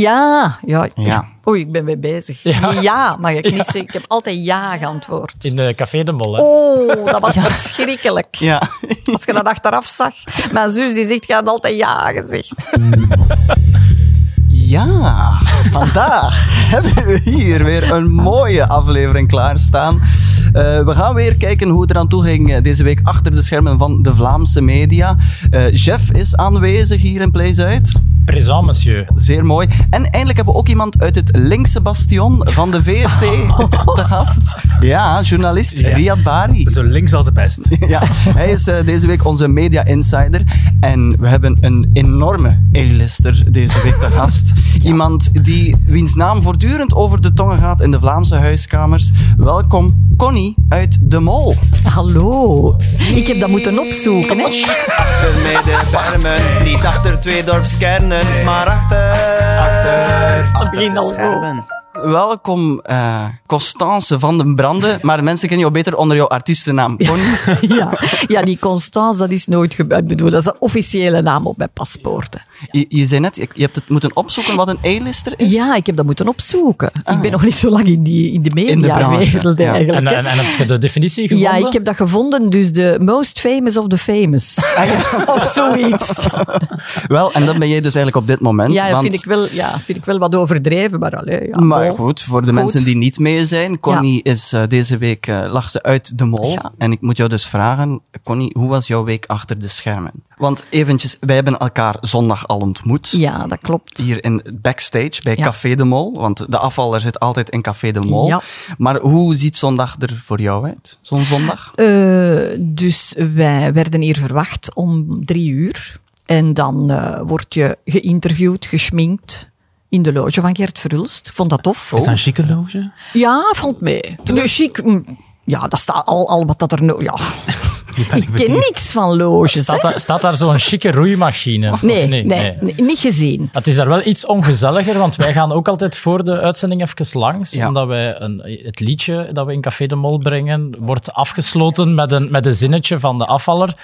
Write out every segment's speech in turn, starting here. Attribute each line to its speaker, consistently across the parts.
Speaker 1: Ja, ja. ik-
Speaker 2: Ja.
Speaker 1: Oei, ik ben mee bezig.
Speaker 3: Ja.
Speaker 1: Ja, mag ik niet zeggen. Ik heb altijd ja geantwoord.
Speaker 3: In de Café de Mol, hè?
Speaker 1: Oh, dat was verschrikkelijk.
Speaker 2: Ja.
Speaker 1: Als je dat achteraf zag. Mijn zus die zegt, je had altijd ja gezegd.
Speaker 2: Ja, vandaag hebben we hier weer een mooie aflevering klaarstaan. Eh we gaan weer kijken hoe het eraan toe ging eh, deze week achter de schermen van de Vlaamse media. Eh Jeff is aanwezig hier in PlayZuid.
Speaker 3: Présent, monsieur.
Speaker 2: Zeer mooi. En eindelijk hebben we ook iemand uit het linkse bastion van de VRT te gast. Ja, journalist
Speaker 4: Ja.
Speaker 2: Riyad Bari.
Speaker 4: Zo links als de pest.
Speaker 2: Ja, hij is eh, deze week onze media insider. En we hebben een enorme A-lister deze week te gast. Iemand die, wiens naam voortdurend over de tongen gaat in de Vlaamse huiskamers. Welkom, Connie uit De Mol.
Speaker 1: Hallo. Ik heb dat moeten opzoeken. Hè?
Speaker 5: Achter mij de bermen, niet achter twee dorpskernen, maar achter... Achter,
Speaker 1: begint al
Speaker 2: Welkom, eh, Constance van den Branden. Maar mensen kennen jou beter onder jouw artiestennaam, Connie.
Speaker 1: Ja. ja, die Constance, dat is nooit gebeurd. Ik bedoel, dat is een officiële naam op mijn paspoorten.
Speaker 2: Je, je zei net, je, je hebt het moeten opzoeken wat een A-lister is.
Speaker 1: Ja, ik heb dat moeten opzoeken. Ik ben nog niet zo lang in, die, in de
Speaker 2: de branche,
Speaker 1: mediawereld
Speaker 2: ja.
Speaker 1: eigenlijk.
Speaker 3: En,
Speaker 1: hè.
Speaker 3: en, en heb je de definitie gevonden?
Speaker 1: Ja, ik heb dat gevonden. Dus de most famous of the famous.
Speaker 2: Ah,
Speaker 1: of zoiets.
Speaker 2: Wel, en dat ben jij dus eigenlijk op dit moment.
Speaker 1: Ja,
Speaker 2: want
Speaker 1: vind ik wel, ja, vind ik wel wat overdreven, maar allee, ja, Oh,
Speaker 2: Maar
Speaker 1: bon.
Speaker 2: goed, voor de mensen die niet mee zijn, Connie is eh, deze week eh, lag ze uit de mol.
Speaker 1: Ja.
Speaker 2: En ik moet jou dus vragen, Connie, hoe was jouw week achter de schermen? Want eventjes, wij hebben elkaar zondag al ontmoet.
Speaker 1: Ja, dat klopt.
Speaker 2: Hier in backstage bij
Speaker 1: Ja.
Speaker 2: Café de Mol, want de afvaller zit altijd in Café de Mol.
Speaker 1: Ja.
Speaker 2: Maar hoe ziet zondag er voor jou uit? Zo'n zondag?
Speaker 1: Eh, dus wij werden hier verwacht om drie uur. En dan eh, word je geïnterviewd, geschminkt in de loge van Gert Verhulst. Ik Vond dat tof.
Speaker 4: Is dat een chique loge?
Speaker 1: Ja, vond mee. Nu, chic. mm, Ja, dat staat al, al wat dat er... no- Ja. Ik ken niks van loges.
Speaker 3: Staat,
Speaker 1: hè.
Speaker 3: daar, staat daar zo'n chique roeimachine? Of
Speaker 1: Nee, nee, nee, niet gezien.
Speaker 3: Het is daar wel iets ongezelliger, want wij gaan ook altijd voor de uitzending even langs.
Speaker 2: Ja.
Speaker 3: Omdat wij een, het liedje dat we in Café de Mol brengen, wordt afgesloten met een, met een zinnetje van de afvaller.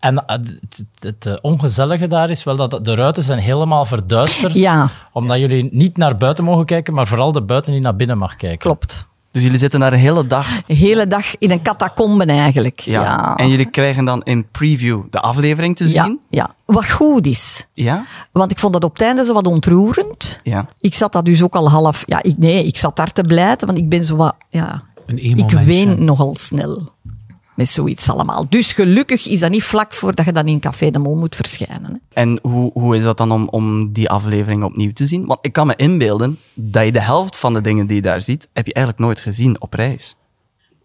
Speaker 3: En het, het, het, eh, ongezellige daar is wel dat de ruiten zijn helemaal verduisterd.
Speaker 1: Ja.
Speaker 3: Omdat jullie niet naar buiten mogen kijken, maar vooral de buiten die naar binnen mag kijken.
Speaker 1: Klopt.
Speaker 2: Dus jullie zitten daar een hele dag.
Speaker 1: De hele dag in een catacomben eigenlijk.
Speaker 2: Ja.
Speaker 1: Ja.
Speaker 2: En jullie krijgen dan in preview de aflevering te
Speaker 1: ja,
Speaker 2: zien.
Speaker 1: ja. Wat goed is.
Speaker 2: Ja?
Speaker 1: Want ik vond dat op het einde zo wat ontroerend.
Speaker 2: Ja.
Speaker 1: Ik zat daar dus ook al half... Ja, ik, nee, ik zat daar te blijten, want ik ben zo wat... Ja,
Speaker 4: Een
Speaker 1: ik
Speaker 4: emo-mensje.
Speaker 1: ween nogal snel met zoiets allemaal. Dus gelukkig is dat niet vlak voordat je dan in Café de Mol moet verschijnen. Hè.
Speaker 2: En hoe, hoe is dat dan om, om die aflevering opnieuw te zien? Want ik kan me inbeelden dat je de helft van de dingen die je daar ziet, heb je eigenlijk nooit gezien op reis.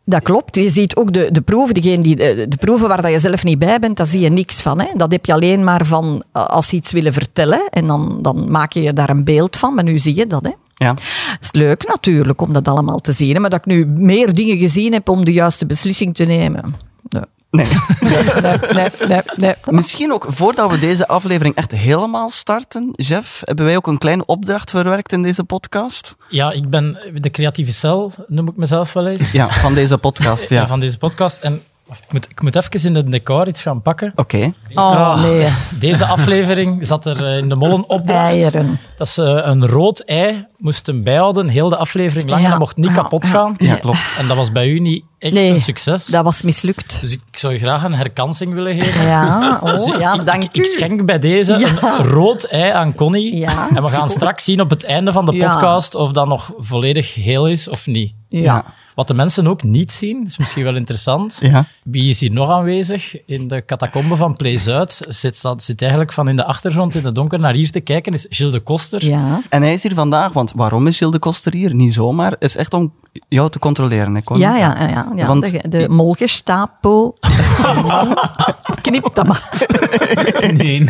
Speaker 1: Dat klopt. Je ziet ook de, de proeven, degene die, eh, de, de proeven waar dat je zelf niet bij bent, daar zie je niks van. Hè. Dat heb je alleen maar van eh, als ze iets willen vertellen. En dan, dan maak je je daar een beeld van. Maar nu zie je dat. Hè.
Speaker 2: Ja.
Speaker 1: Het is leuk natuurlijk om dat allemaal te zien. hè. Maar dat ik nu meer dingen gezien heb om de juiste beslissing te nemen. Nee,
Speaker 2: Nee.
Speaker 1: nee, nee, nee. nee.
Speaker 2: Misschien ook voordat we deze aflevering echt helemaal starten, Jeff, hebben wij ook een kleine opdracht verwerkt in deze podcast?
Speaker 3: Ja, ik ben de creatieve cel, noem ik mezelf wel eens.
Speaker 2: Ja, van deze podcast, ja.
Speaker 3: Ja, van deze podcast. En wacht, ik, moet, ik moet even in het decor iets gaan pakken.
Speaker 2: Oké.
Speaker 1: Oh, nee.
Speaker 3: Deze aflevering zat er eh, in de mollen opdracht.
Speaker 1: Eieren.
Speaker 3: Dat ze eh, een rood ei moesten bijhouden, heel de aflevering lang.
Speaker 1: Ah, Ja.
Speaker 3: Dat mocht niet
Speaker 1: Ja,
Speaker 3: kapot gaan.
Speaker 2: Ja, klopt.
Speaker 3: En dat was bij u niet echt
Speaker 1: Nee,
Speaker 3: een succes.
Speaker 1: Dat was mislukt.
Speaker 3: Dus ik zou je graag een herkansing willen geven.
Speaker 1: Ja,
Speaker 3: Dus
Speaker 1: oh,
Speaker 3: ik-
Speaker 1: ja
Speaker 3: ik-
Speaker 1: dank
Speaker 3: ik,
Speaker 1: u.
Speaker 3: schenk bij deze
Speaker 1: Ja.
Speaker 3: een rood ei aan Connie.
Speaker 1: Ja,
Speaker 3: en we gaan
Speaker 1: super.
Speaker 3: straks zien op het einde van de
Speaker 1: Ja.
Speaker 3: podcast of dat nog volledig heel is of niet.
Speaker 1: Ja.
Speaker 3: Wat de mensen ook niet zien, is misschien wel interessant.
Speaker 2: Ja.
Speaker 3: Wie is hier nog aanwezig? In de catacombe van Play Zuid zit, staat- zit eigenlijk van in de achtergrond in het donker naar hier te kijken, is Gilles de Koster.
Speaker 1: Ja.
Speaker 2: En hij is hier vandaag, want waarom is Gilles de Koster hier? Niet zomaar. Het is echt om jou te controleren, hè, Connie?
Speaker 1: Ja, ja, ja. ja, ja.
Speaker 2: Want-
Speaker 1: de, de molgestapel. Knip dat maar.
Speaker 4: Nee.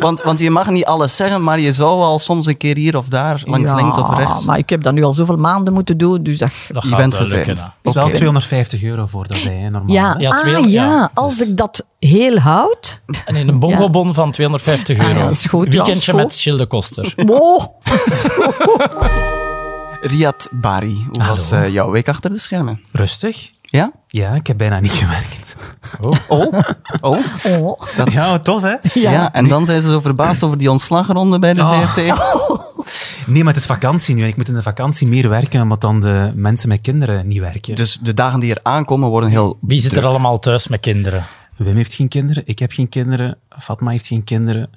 Speaker 2: Want, want je mag niet alles zeggen, maar je zou wel soms een keer hier of daar, langs
Speaker 1: Ja,
Speaker 2: links of rechts.
Speaker 1: Maar ik heb dat nu al zoveel maanden moeten doen, dus dat...
Speaker 3: Dat
Speaker 2: Je
Speaker 3: gaat
Speaker 2: bent
Speaker 3: wel
Speaker 2: getraind.
Speaker 3: lukken, hè.
Speaker 4: Het is wel
Speaker 2: Oké.
Speaker 4: 250 euro voor dat bij, hè, normaal.
Speaker 1: Ja,
Speaker 3: Ja,
Speaker 1: ah,
Speaker 3: twee-
Speaker 1: ja,
Speaker 3: ja,
Speaker 1: als ik dat heel houd...
Speaker 3: En in een bongobon van 250 euro.
Speaker 1: Ah ja, dat is goed, ja, dat
Speaker 3: Weekendje
Speaker 1: is goed.
Speaker 3: met Gilles de Koster.
Speaker 1: Wow.
Speaker 2: Riyad Bari, hoe was eh, jouw week achter de schermen?
Speaker 4: Rustig.
Speaker 2: Ja?
Speaker 4: Ja, ik heb bijna niet gewerkt.
Speaker 2: Oh. Oh.
Speaker 1: Oh.
Speaker 2: Dat-
Speaker 4: Ja, tof hè?
Speaker 2: ja. en dan zijn ze zo verbaasd over die ontslagronde bij de
Speaker 4: Oh.
Speaker 2: VRT.
Speaker 4: Nee, maar het is vakantie nu en ik moet in de vakantie meer werken, omdat dan de mensen met kinderen niet werken.
Speaker 2: Dus de dagen die er aankomen worden heel.
Speaker 3: Wie zit er
Speaker 2: druk.
Speaker 3: allemaal thuis met kinderen?
Speaker 4: Wim heeft geen kinderen, ik heb geen kinderen, Fatma heeft geen kinderen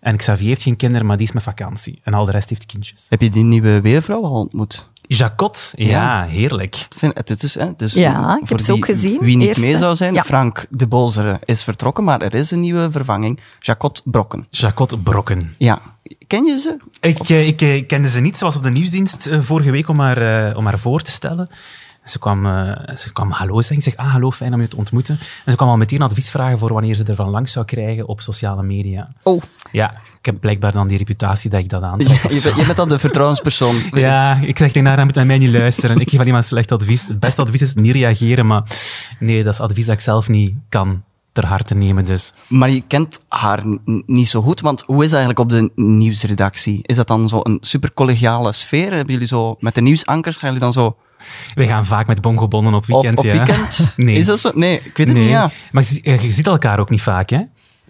Speaker 4: en Xavier heeft geen kinderen, maar die is met vakantie. En al de rest heeft kindjes.
Speaker 2: Heb je die nieuwe weervrouw al ontmoet?
Speaker 4: Jacot, ja,
Speaker 2: Ja.
Speaker 4: heerlijk.
Speaker 2: Ik vind- Het, het is, hè, dus
Speaker 1: Ja, ik
Speaker 2: voor
Speaker 1: heb ze
Speaker 2: die-
Speaker 1: ook gezien,
Speaker 2: Wie niet
Speaker 1: eerste.
Speaker 2: mee zou zijn,
Speaker 1: Ja.
Speaker 2: Frank de Bolzere is vertrokken, maar er is een nieuwe vervanging, Jacot Brokken.
Speaker 4: Jacot Brokken.
Speaker 2: Ja, ken je ze?
Speaker 4: Ik, eh, ik eh, kende ze niet. Ze was op de nieuwsdienst eh, vorige week om haar, eh, om haar voor te stellen. Ze kwam, eh, ze kwam hallo zeggen. Ik zeg, ah, hallo, fijn om je te ontmoeten. En ze kwam al meteen advies vragen voor wanneer ze ervan langs zou krijgen op sociale media.
Speaker 2: Oh,
Speaker 4: Ja, ik heb blijkbaar dan die reputatie dat ik dat aantrek.
Speaker 2: je, bent- je bent dan de vertrouwenspersoon. Ik weet
Speaker 4: Ja, ik zeg tegen haar, hij moet naar mij niet luisteren. Ik geef alleen maar slecht advies. Het beste advies is niet reageren, maar nee, dat is advies dat ik zelf niet kan ter harte nemen. Dus
Speaker 2: Maar je kent haar n- niet zo goed, want hoe is dat eigenlijk op de nieuwsredactie? Is dat dan zo een supercollegiale sfeer? Hebben jullie zo met de nieuwsankers gaan jullie dan zo
Speaker 4: wij gaan vaak met bongobonnen op
Speaker 2: op,
Speaker 4: weekend.
Speaker 2: op
Speaker 4: ja.
Speaker 2: weekend?
Speaker 4: Nee.
Speaker 2: Is dat zo? Nee, ik weet het
Speaker 4: nee.
Speaker 2: niet. Ja.
Speaker 4: Maar je, eh, je ziet elkaar ook niet vaak, hè?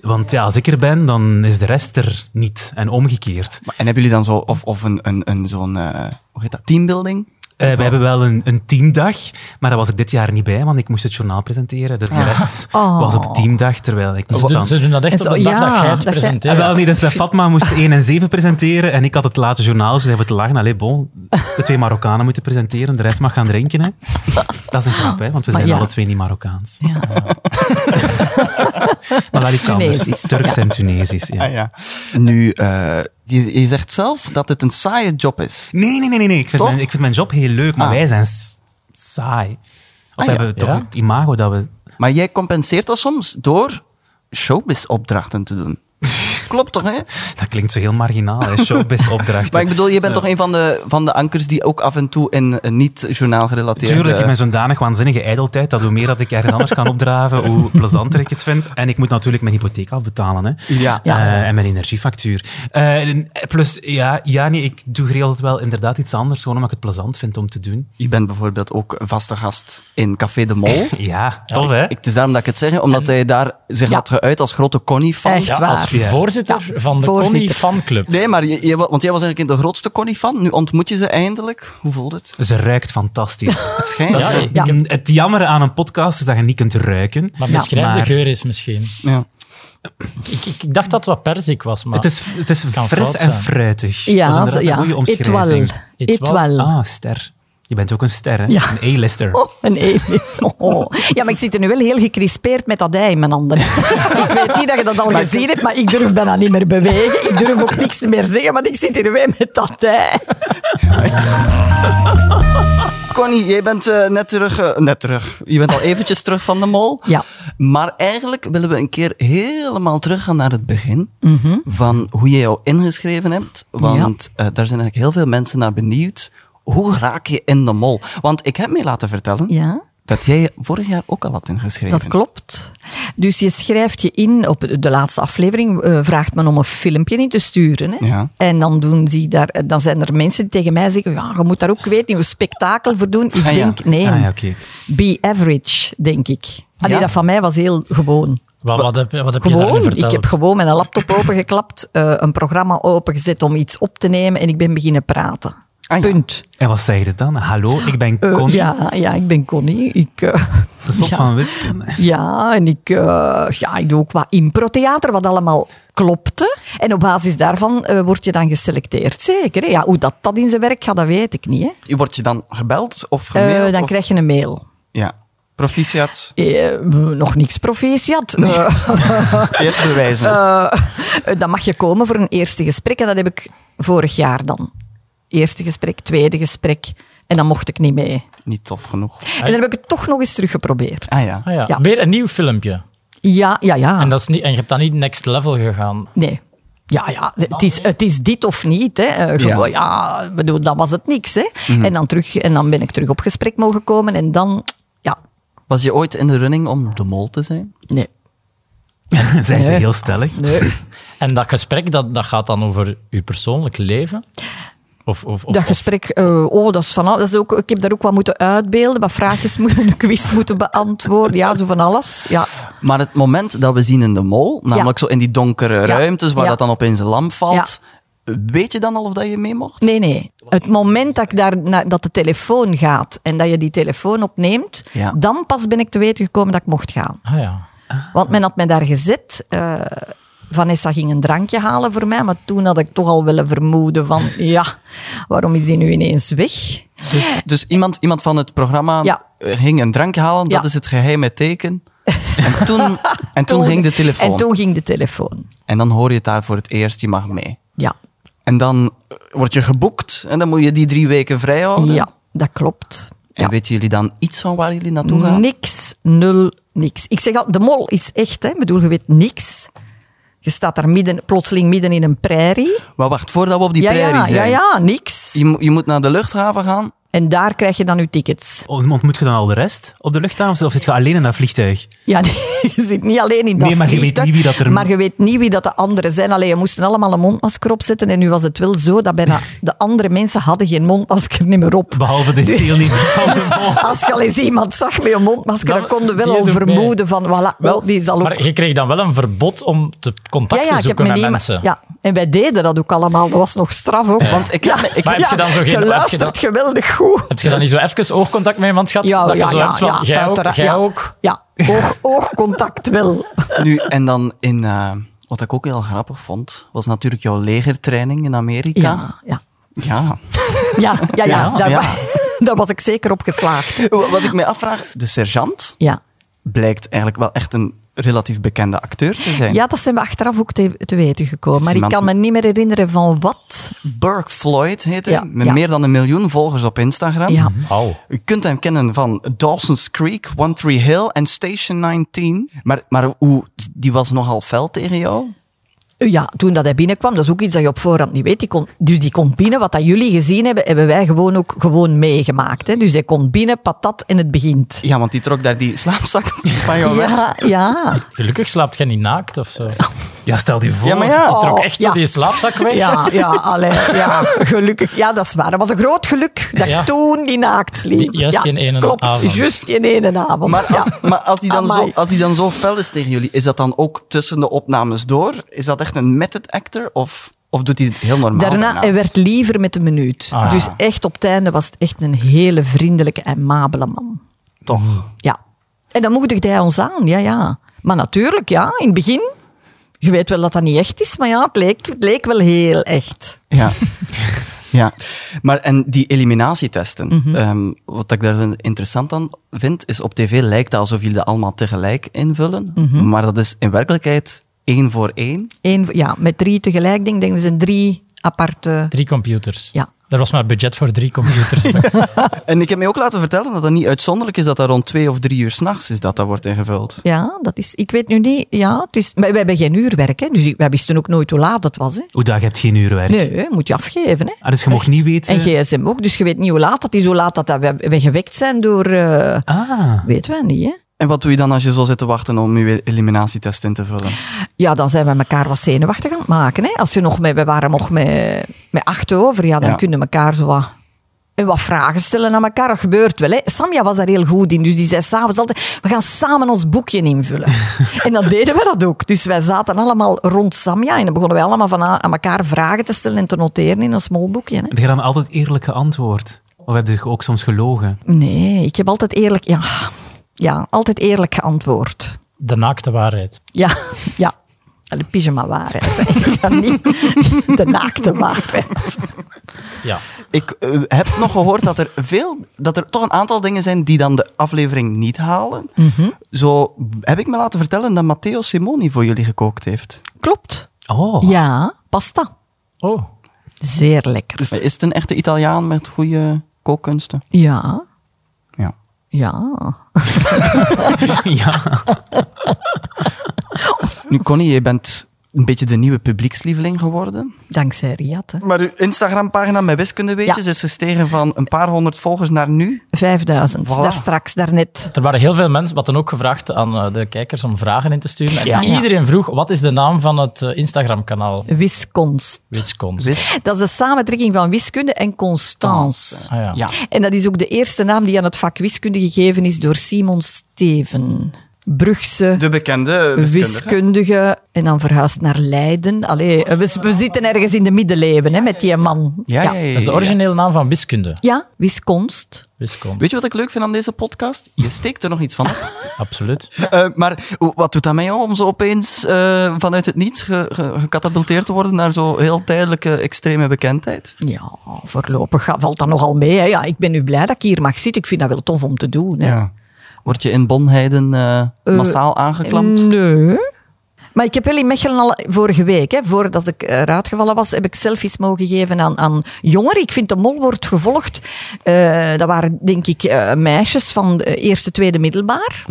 Speaker 4: Want ja, als ik er ben, dan is de rest er niet. En omgekeerd.
Speaker 2: Maar- En hebben jullie dan zo of, of een, een, een zo'n eh, hoe heet dat? Teambuilding?
Speaker 4: Eh, we hebben wel een, een teamdag, maar daar was ik dit jaar niet bij, want ik moest het journaal presenteren. Dus de rest
Speaker 1: Oh.
Speaker 4: was op teamdag, terwijl ik
Speaker 3: Ze
Speaker 4: moest
Speaker 3: doen,
Speaker 4: dan...
Speaker 3: ze doen dat echt
Speaker 1: Zo,
Speaker 3: op de dag
Speaker 1: ja,
Speaker 3: dat jij het
Speaker 1: dat jij-
Speaker 4: Eh,
Speaker 3: presenteert.
Speaker 4: wel niet, dus eh, Fatma moest 1 en 7 presenteren en ik had het late journaal, dus ze hebben te lachen. Allee, bon, de twee Marokkanen moeten presenteren, de rest mag gaan drinken. Hè. Dat is een grap, hè, want we
Speaker 1: Maar
Speaker 4: zijn
Speaker 1: ja.
Speaker 4: alle twee niet Marokkaans.
Speaker 1: Ja.
Speaker 4: Maar wel iets anders.
Speaker 1: Tunesisch.
Speaker 4: Turks en Tunesisch, ja.
Speaker 2: Ah, ja. Nu, eh, je, je zegt zelf dat het een saaie job is.
Speaker 4: Nee, nee, nee, nee. nee. Ik, vind
Speaker 2: Toch?
Speaker 4: mijn, ik vind mijn job heel leuk, maar
Speaker 2: Ah.
Speaker 4: wij zijn s- saai. Of
Speaker 2: ja.
Speaker 4: hebben we toch
Speaker 3: Ja.
Speaker 4: het imago dat we...
Speaker 2: Maar jij compenseert dat soms door showbiz-opdrachten te doen. Klopt toch, hè?
Speaker 4: Dat klinkt zo heel marginaal, hè. showbiz-opdrachten.
Speaker 2: Maar ik bedoel, je bent toch een van de, van de ankers die ook af en toe in een niet-journaal gerelateerd...
Speaker 4: Tuurlijk, ik ben zo'n danig waanzinnige ijdeltijd dat hoe meer dat ik ergens anders kan opdraven, hoe plezanter ik het vind. En ik moet natuurlijk mijn hypotheek afbetalen. Hè.
Speaker 2: Ja.
Speaker 1: Ja.
Speaker 4: Eh, en mijn energiefactuur. Eh, en- plus, ja, ja nee, ik doe geregeld wel inderdaad iets anders, gewoon omdat ik het plezant vind om te doen.
Speaker 2: Je bent bijvoorbeeld ook vaste gast in Café de Mol.
Speaker 4: Ja, tof hè?
Speaker 2: Ik, het is daarom dat ik het zeg, omdat hij daar zich
Speaker 1: Ja.
Speaker 2: had geuit als grote Connie-fan.
Speaker 1: Echt.
Speaker 3: ja, als
Speaker 1: waar.
Speaker 3: voorzitter
Speaker 1: Ja,
Speaker 3: van de
Speaker 1: voorzitter.
Speaker 3: Connie fanclub.
Speaker 2: Nee, maar je, je wa- want jij was eigenlijk de grootste Connie-fan. Nu ontmoet je ze eindelijk. Hoe voelt het?
Speaker 4: Ze ruikt fantastisch.
Speaker 2: Het schijnt.
Speaker 3: Ja,
Speaker 2: Ja.
Speaker 3: ik-
Speaker 1: Ja.
Speaker 4: Mm, Het jammer aan een podcast is dat je niet kunt ruiken.
Speaker 3: Maar
Speaker 1: Ja.
Speaker 3: beschrijf de
Speaker 4: Maar-
Speaker 3: geur eens misschien. Ik, ik, ik dacht dat het wat persik was, maar...
Speaker 4: Het is, Ah. het is
Speaker 3: Kan
Speaker 4: fris
Speaker 3: fout
Speaker 4: en
Speaker 3: zijn.
Speaker 4: fruitig.
Speaker 1: Ja,
Speaker 4: dat is
Speaker 1: zo-
Speaker 4: inderdaad
Speaker 1: ja.
Speaker 4: een goede
Speaker 1: Étoile.
Speaker 4: omschrijving.
Speaker 1: Étoile.
Speaker 4: Ah, ster. Je bent ook een ster, hè?
Speaker 1: Ja.
Speaker 4: Een A-lister.
Speaker 1: Oh, een eemist. Oh. Ja, maar ik zit er nu wel heel gecrispeerd met dat ei in mijn handen. ik weet niet dat je dat al gezien hebt, maar ik durf bijna niet meer bewegen. Ik durf ook niks meer zeggen, want ik zit hier weer met dat ei.
Speaker 2: Connie, jij bent eh, net terug. eh, net terug. Je bent al eventjes terug van de Mol.
Speaker 1: Ja.
Speaker 2: Maar eigenlijk willen we een keer helemaal teruggaan naar het begin.
Speaker 1: Mhm.
Speaker 2: Van hoe je jou ingeschreven hebt. Want eh, daar zijn eigenlijk heel veel mensen naar benieuwd. Hoe raak je in de mol? Want ik heb mij laten vertellen
Speaker 1: Ja.
Speaker 2: dat jij je vorig jaar ook al had ingeschreven.
Speaker 1: Dat klopt. Dus je schrijft je in op de laatste aflevering, eh, vraagt men om een filmpje in te sturen. Hè?
Speaker 2: Ja.
Speaker 1: En dan, doen die daar, eh, dan zijn er mensen die tegen mij zeggen, ja, je moet daar ook weten, een spektakel voor doen. Ik
Speaker 2: Ah, ja.
Speaker 1: denk, nee,
Speaker 4: Ah, ja, oké.
Speaker 1: be average, denk ik. Allee,
Speaker 2: Ja.
Speaker 1: dat van mij was heel gewoon.
Speaker 3: Wat, wat heb, wat heb je daarin
Speaker 1: Gewoon,
Speaker 3: verteld?
Speaker 1: ik heb gewoon mijn laptop opengeklapt, eh, een programma opengezet om iets op te nemen en ik ben beginnen praten.
Speaker 2: Ah, ja.
Speaker 1: Punt.
Speaker 4: En wat zei je dan? Hallo, ik ben
Speaker 1: Eh,
Speaker 4: Connie.
Speaker 1: ja, ja, ik ben Connie. Ik, eh,
Speaker 4: De slot
Speaker 1: ja.
Speaker 4: van wiskunde.
Speaker 1: Ja, en ik, eh, ja, ik doe ook wat improtheater, wat allemaal klopte. En op basis daarvan eh, word je dan geselecteerd, zeker. Hè? Ja, hoe dat, dat in zijn werk gaat, dat weet ik niet. Hè?
Speaker 2: Word je dan gebeld of
Speaker 1: Eh,
Speaker 2: gemaild?
Speaker 1: dan
Speaker 2: of-
Speaker 1: krijg je een mail.
Speaker 2: Ja. Proficiat.
Speaker 1: Eh, nog niks proficiat. Eh,
Speaker 2: Eerst bewijzen.
Speaker 1: eh, dan mag je komen voor een eerste gesprek. En dat heb ik vorig jaar dan. Eerste gesprek, tweede gesprek. En dan mocht ik niet mee.
Speaker 2: Niet tof genoeg.
Speaker 1: En dan heb ik het toch nog eens teruggeprobeerd.
Speaker 2: Ah ja.
Speaker 3: Ah, ja.
Speaker 1: Ja.
Speaker 3: Weer een nieuw filmpje.
Speaker 1: Ja, ja, ja.
Speaker 3: En, dat is niet, en je hebt dan niet next level gegaan.
Speaker 1: Nee. Ja, ja, het is, het is dit of niet. Hè. Eh,
Speaker 2: Ja. Mhm.
Speaker 1: Gewoon, ja. bedoel, dan was het niks. Hè. En, dan terug, en dan ben ik terug op gesprek mogen komen. En dan, ja,
Speaker 2: Was je ooit in de running om de mol te zijn?
Speaker 1: nee.
Speaker 4: Zijn ze heel stellig?
Speaker 3: En dat gesprek, dat, dat gaat dan over je persoonlijk leven? Of, of, of,
Speaker 1: Dat gesprek, eh, oh, dat is van alles. Dat is ook, ik heb daar ook wat moeten uitbeelden, wat vraagjes moeten, een quiz moeten beantwoorden. Ja, zo van alles. Ja,
Speaker 2: Maar het moment dat we zien in de mol, namelijk
Speaker 1: Ja.
Speaker 2: zo in die donkere
Speaker 1: Ja.
Speaker 2: ruimtes waar
Speaker 1: Ja.
Speaker 2: dat dan opeens een lamp valt, Weet je dan al of dat je mee mocht?
Speaker 1: Nee, nee. Het moment dat, ik daar, na- dat de telefoon gaat en dat je die telefoon opneemt,
Speaker 2: Ja.
Speaker 1: dan pas ben ik te weten gekomen dat ik mocht gaan.
Speaker 3: Ah ja.
Speaker 1: Want men had mij daar gezet. eh, Vanessa ging een drankje halen voor mij, maar toen had ik toch al wel een vermoeden van, ja, waarom is die nu ineens weg?
Speaker 2: Dus, dus iemand, iemand van het programma
Speaker 1: Ja.
Speaker 2: eh, ging een drankje halen, dat
Speaker 1: Ja.
Speaker 2: is het geheime teken. En toen, en toen, ging de telefoon.
Speaker 1: En toen ging de telefoon.
Speaker 2: En dan hoor je het daar voor het eerst, je mag mee.
Speaker 1: Ja,
Speaker 2: En dan eh, word je geboekt en dan moet je die drie weken vrij houden.
Speaker 1: ja dat klopt.
Speaker 2: Oh, En weten jullie dan iets van waar jullie naartoe gaan?
Speaker 1: Niks, nul, niks. Ik zeg al, de mol is echt, hè. Ik bedoel, je weet niks. Je staat daar midden, plotseling midden in een prairie.
Speaker 2: Maar wacht, voordat we op die
Speaker 1: ja,
Speaker 2: prairie
Speaker 1: ja,
Speaker 2: zijn.
Speaker 1: ja, ja, niks.
Speaker 2: Je, mo- je moet naar de luchthaven gaan.
Speaker 1: En daar krijg je dan je tickets.
Speaker 4: Oh, Ontmoet je dan al de rest op de luchthaven? Of zit je alleen in dat vliegtuig?
Speaker 1: Ja, nee, je zit niet alleen in dat
Speaker 4: Nee, maar je weet
Speaker 1: vliegtuig,
Speaker 4: niet wie dat er-
Speaker 1: Maar je weet niet wie dat de anderen zijn. Allee, je moesten allemaal een mondmasker opzetten. En nu was het wel zo dat bijna de andere mensen hadden geen mondmasker niet meer op.
Speaker 4: Behalve de deelnemers van de mol.
Speaker 1: Als je al eens iemand zag met een mondmasker,
Speaker 3: Dat-
Speaker 1: dan konden wel
Speaker 3: die
Speaker 1: al
Speaker 3: doet mee.
Speaker 1: vermoeden van, voilà, oh, die zal ook
Speaker 3: Maar je kreeg dan wel een verbod om te contact te zoeken met
Speaker 1: niema-
Speaker 3: mensen.
Speaker 1: Ja, en wij deden dat ook allemaal. Dat was nog straf ook. Want
Speaker 2: ik heb me- ik-
Speaker 3: Maar heb je dan zo geen- heb je
Speaker 1: luistert
Speaker 3: dan-
Speaker 1: geweldig goed.
Speaker 3: Heb je dan niet zo even oogcontact met iemand gehad? dat je zo hebt van, jij ook,
Speaker 1: uiteraard,
Speaker 3: jij
Speaker 1: ja.
Speaker 3: ook.
Speaker 1: Ja, oog, oogcontact wel.
Speaker 2: Nu, en dan in... eh, wat ik ook heel grappig vond, was natuurlijk jouw legertraining in Amerika.
Speaker 1: Ja, ja. Ja,
Speaker 2: ja.
Speaker 1: ja, ja,
Speaker 2: Ja,
Speaker 1: daar,
Speaker 2: ja.
Speaker 1: wa- daar was ik zeker op geslaagd.
Speaker 2: Wa- Wat ik mij afvraag, de sergeant
Speaker 1: Ja.
Speaker 2: blijkt eigenlijk wel echt een relatief bekende acteur te zijn.
Speaker 1: ja, dat zijn we achteraf ook te, te weten gekomen.
Speaker 2: is
Speaker 1: Maar ik
Speaker 2: iemand-
Speaker 1: kan me niet meer herinneren van wat.
Speaker 2: Burke Floyd heet hij,
Speaker 1: Ja,
Speaker 2: met
Speaker 1: ja.
Speaker 2: meer dan een miljoen volgers op Instagram.
Speaker 1: Ja.
Speaker 3: Au.
Speaker 2: U kunt hem kennen van Dawson's Creek, One Tree Hill en Station 19. Maar, maar hoe, die was nogal fel tegen jou.
Speaker 1: Eh, Ja, toen dat hij binnenkwam, dat is ook iets dat je op voorhand niet weet. Die kon, dus die komt binnen, wat dat jullie gezien hebben, hebben wij gewoon ook gewoon meegemaakt. Hè. Dus hij komt binnen, patat, en het begint.
Speaker 2: Ja, want die trok daar die slaapzak van jou weg.
Speaker 1: Ja, ja.
Speaker 3: Gelukkig slaapt jij niet naakt of zo.
Speaker 4: Ja, stel je voor.
Speaker 2: Ja, maar ja.
Speaker 1: Oh,
Speaker 3: Trok echt zo
Speaker 1: ja.
Speaker 3: die slaapzak weg.
Speaker 1: Ja, ja, allee, ja, gelukkig. Ja, dat is waar. Dat was een groot geluk dat
Speaker 3: Ja.
Speaker 1: ik toen die naakt sliep.
Speaker 3: Die- juist
Speaker 1: ja,
Speaker 3: die ene
Speaker 1: klopt,
Speaker 3: avond.
Speaker 1: juist die ene avond.
Speaker 2: Maar, als,
Speaker 1: ja.
Speaker 2: maar als, die dan zo,
Speaker 1: Amai.
Speaker 2: als die dan zo fel is tegen jullie, is dat dan ook tussen de opnames door? Is dat echt een method actor of, of doet hij het heel normaal?
Speaker 1: Daarna, hij werd liever met een minuut.
Speaker 3: Ah.
Speaker 1: Dus echt op het einde was het echt een hele vriendelijke en mabele man.
Speaker 2: toch.
Speaker 1: Ja. En dan moedigde hij ons aan, ja, ja. Maar natuurlijk, ja, in het begin. Je weet wel dat dat niet echt is, maar ja, het leek, het leek wel heel echt.
Speaker 2: Ja. ja. Maar en die eliminatietesten,
Speaker 1: Mhm.
Speaker 2: ehm, wat ik daar interessant aan vind, is op tv lijkt het alsof jullie dat allemaal tegelijk invullen,
Speaker 1: Mhm.
Speaker 2: maar dat is in werkelijkheid één voor één.
Speaker 1: Eén, ja, met drie tegelijk, denk ik, denk ik, zijn drie aparte...
Speaker 3: Drie computers.
Speaker 1: Ja.
Speaker 3: Er was maar budget voor drie computers.
Speaker 2: En ik heb mij ook laten vertellen dat dat niet uitzonderlijk is dat dat rond twee of drie uur s'nachts is dat dat wordt ingevuld.
Speaker 1: Ja, dat is... Ik weet nu niet... Ja, het is... Maar wij hebben geen uurwerk, hè. Dus wij wisten ook nooit hoe laat het was, hè.
Speaker 4: Hoe dag heb je geen uurwerk?
Speaker 1: Nee, hè, moet je afgeven, hè.
Speaker 4: Ah, dus je mocht niet weten...
Speaker 1: En gsm ook, dus je weet niet hoe laat dat is, hoe laat dat dat wij, wij gewekt zijn door... eh
Speaker 4: Ah.
Speaker 1: Weten wij niet, hè.
Speaker 2: En wat doe je dan als je zo zit te wachten om je eliminatietest in te vullen?
Speaker 1: Ja, dan zijn we elkaar wat zenuwachtig aan het maken. Hè? Als je nog met, we waren nog met, met acht over, ja, dan
Speaker 2: Ja.
Speaker 1: kunnen we elkaar zo wat, en wat vragen stellen aan elkaar. Dat gebeurt wel. Hè? Samja was daar heel goed in, dus die zei s'avonds altijd, we gaan samen ons boekje invullen. en dan deden we dat ook. Dus wij zaten allemaal rond Samja en dan begonnen wij allemaal van aan, aan elkaar vragen te stellen en te noteren in een small boekje. Hè?
Speaker 4: Heb je dan altijd eerlijk geantwoord? Of heb je ook soms gelogen?
Speaker 1: Nee, ik heb altijd eerlijk, ja, ja, altijd eerlijk geantwoord.
Speaker 3: De naakte waarheid.
Speaker 1: Ja, ja. De pyjama waarheid. Ik ga niet de naakte waarheid.
Speaker 3: Ja.
Speaker 2: Ik eh, heb nog gehoord dat er, veel, dat er toch een aantal dingen zijn die dan de aflevering niet halen.
Speaker 3: Mhm.
Speaker 2: Zo heb ik me laten vertellen dat Matteo Simoni voor jullie gekookt heeft.
Speaker 1: Klopt.
Speaker 4: Oh.
Speaker 1: Ja, pasta.
Speaker 3: Oh.
Speaker 1: Zeer lekker.
Speaker 2: Dus is het een echte Italiaan met goede kookkunsten?
Speaker 1: Ja,
Speaker 2: Ja.
Speaker 1: ja.
Speaker 4: ja.
Speaker 2: Nu, Connie, je bent een beetje de nieuwe publiekslieveling geworden.
Speaker 1: Dankzij Riad. hè.
Speaker 2: Maar uw Instagram-pagina met wiskundeweetjes is gestegen van een paar honderd volgers naar nu.
Speaker 1: 5000.
Speaker 2: Voilà.
Speaker 1: Daar straks, daarnet.
Speaker 3: Er waren heel veel mensen, wat dan ook gevraagd aan eh, de kijkers om vragen in te sturen. En
Speaker 1: Ja.
Speaker 3: iedereen vroeg, wat is de naam van het eh, Instagram-kanaal?
Speaker 1: Wiskonst.
Speaker 3: Wisconsin.
Speaker 2: Wis-
Speaker 1: Dat is de samentrekking van wiskunde en constance.
Speaker 3: Ah, ja.
Speaker 2: ja.
Speaker 1: En dat is ook de eerste naam die aan het vak wiskunde gegeven is door Simon Steven. Brugse
Speaker 2: De bekende wiskundige.
Speaker 1: wiskundige en dan verhuisd naar Leiden. Allee, we, we zitten ergens in de middeleeuwen hè, met die man.
Speaker 2: Ja, ja, ja,
Speaker 1: ja.
Speaker 2: ja,
Speaker 3: Dat is de
Speaker 2: ja.
Speaker 3: originele naam van wiskunde.
Speaker 1: Ja, wiskunst.
Speaker 3: Wiskunde.
Speaker 2: Weet je wat ik leuk vind aan deze podcast? Je steekt er nog iets van op.
Speaker 3: Absoluut.
Speaker 2: Eh, maar hoe- wat doet dat met jou om zo opeens eh, vanuit het niets ge- ge- gecatapulteerd te worden naar zo'n heel tijdelijke extreme bekendheid?
Speaker 1: Ja, voorlopig ga- valt dat nogal mee. Hè. Ja, ik ben nu blij dat ik hier mag zitten. Ik vind dat wel tof om te doen. Hè.
Speaker 2: Word je in Bonheiden eh,
Speaker 1: Eh,
Speaker 2: massaal aangeklampt?
Speaker 1: Nee. Maar ik heb wel in Mechelen al vorige week, hè, voordat ik eruit gevallen was, heb ik selfies mogen geven aan, aan jongeren. Ik vind de mol wordt gevolgd. Eh, dat waren denk ik eh, meisjes van de eerste, tweede middelbaar.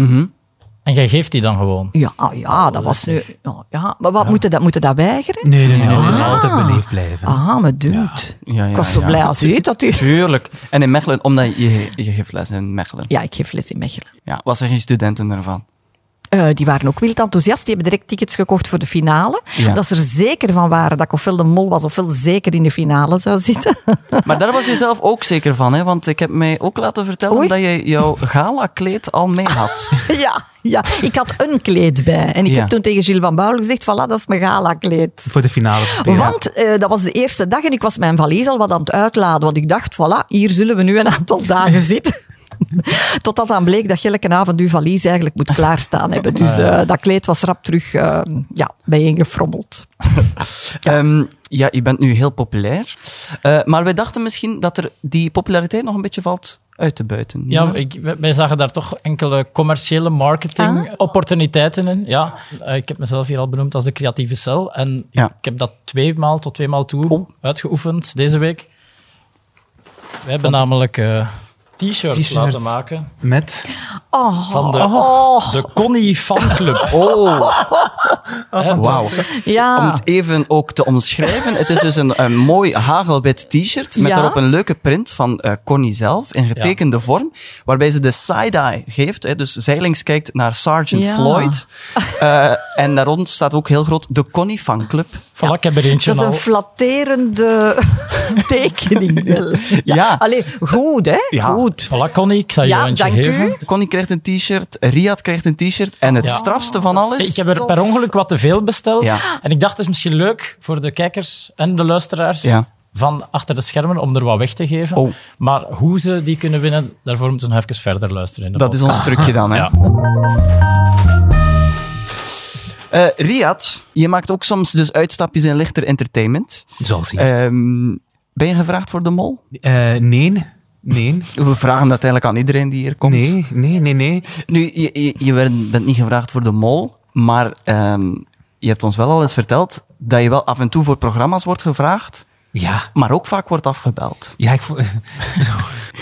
Speaker 3: En jij geeft die dan gewoon.
Speaker 1: Ja, ah, ja dat was nu. ja, ja. Maar wat moeten dat, moeten dat weigeren?
Speaker 4: Nee, nee, nee. nee, Altijd beleefd blijven.
Speaker 1: Ah, me dunkt.
Speaker 2: Ja, ja,
Speaker 1: ik was zo
Speaker 2: ja.
Speaker 1: blij als u weet dat u.
Speaker 2: Tuurlijk. En in Mechelen, omdat je, je geeft les in Mechelen.
Speaker 1: Ja, ik geef les in Mechelen.
Speaker 2: Ja, wat zeggen studenten daarvan?
Speaker 1: Eh, die waren ook wild enthousiast. Die hebben direct tickets gekocht voor de finale.
Speaker 2: Ja.
Speaker 1: Dat ze er zeker van waren dat ik ofwel de mol was ofwel zeker in de finale zou zitten.
Speaker 2: Maar daar was je zelf ook zeker van, hè? want ik heb mij ook laten vertellen
Speaker 1: Oei.
Speaker 2: dat je jouw gala-kleed al mee had.
Speaker 1: ja, ja, ik had een kleed bij. En ik
Speaker 2: Ja.
Speaker 1: heb toen tegen Gilles van Bouwel gezegd, voilà, dat is mijn gala-kleed.
Speaker 4: Voor de finale te spelen.
Speaker 1: Want eh, dat was de eerste dag en ik was mijn valies al wat aan het uitladen. Want ik dacht, voilà, hier zullen we nu een aantal dagen zitten. Totdat dan bleek dat je elke avond uw valies eigenlijk moet klaarstaan hebben. Dus eh, dat kleed was rap terug eh ja, bijeengefrommeld.
Speaker 2: Ehm, ja, je bent nu heel populair. Eh, maar wij dachten misschien dat er die populariteit nog een beetje valt uit te buiten.
Speaker 3: Ja, ik, wij- wij zagen daar toch enkele commerciële marketing-opportuniteiten in. Ja, eh, ik heb mezelf hier al benoemd als de creatieve cel. En
Speaker 2: Ja.
Speaker 3: ik heb dat twee maal tot twee maal toe
Speaker 2: Oh.
Speaker 3: uitgeoefend deze week. We hebben namelijk eh, t-shirts,
Speaker 4: T-shirts.
Speaker 3: laten maken
Speaker 4: Met...
Speaker 1: Oh,
Speaker 3: van de,
Speaker 1: oh.
Speaker 3: de Connie Fanclub.
Speaker 2: Oh,
Speaker 3: Hè,
Speaker 2: wauw.
Speaker 1: ja.
Speaker 2: Om het even ook te omschrijven, het is dus een, een mooi hagelwit t-shirt met
Speaker 1: Ja.
Speaker 2: daarop een leuke print van eh, Connie zelf in getekende vorm, waarbij ze de side-eye geeft. Hè, dus zijlings kijkt naar Sergeant
Speaker 1: Ja.
Speaker 2: Floyd. Eh, en daaronder staat ook heel groot de Connie fanclub.
Speaker 3: Voilà, ik heb er eentje nou-
Speaker 1: Dat is een
Speaker 3: al.
Speaker 1: flatterende tekening wel.
Speaker 2: Ja.
Speaker 1: Allee, goed hè?
Speaker 2: Ja.
Speaker 1: Goed.
Speaker 3: Voilà, Connie, ik zal je
Speaker 1: Ja,
Speaker 3: eentje
Speaker 1: dank u.
Speaker 3: geven.
Speaker 2: Connie krijgt een t-shirt, Riyad krijgt een t-shirt en het
Speaker 3: Ja.
Speaker 2: strafste van
Speaker 3: Ik
Speaker 2: alles...
Speaker 3: heb er
Speaker 1: Tof.
Speaker 3: per ongeluk wat te veel besteld.
Speaker 2: Ja.
Speaker 3: En ik dacht, het is misschien leuk voor de kijkers en de luisteraars
Speaker 2: Ja.
Speaker 3: van achter de schermen om er wat weg te geven.
Speaker 2: Oh.
Speaker 3: Maar hoe ze die kunnen winnen, daarvoor moeten ze nog even verder luisteren. in de
Speaker 2: Dat is
Speaker 3: podcast.
Speaker 2: ons trucje dan, hè?
Speaker 3: Ah. Ja.
Speaker 2: Eh, Riyad, je maakt ook soms dus uitstapjes in lichter entertainment.
Speaker 4: Zoals zien.
Speaker 2: Ehm, ben je gevraagd voor de mol?
Speaker 4: Eh, nee. Nee.
Speaker 2: We vragen dat eigenlijk aan iedereen die hier komt.
Speaker 4: Nee, nee, nee, nee.
Speaker 2: Nu, je, je, je werd- bent niet gevraagd voor de mol, maar ehm, je hebt ons wel al eens verteld dat je wel af en toe voor programma's wordt gevraagd,
Speaker 4: Ja.
Speaker 2: maar ook vaak wordt afgebeld.
Speaker 4: Ja, ik voel... Zo.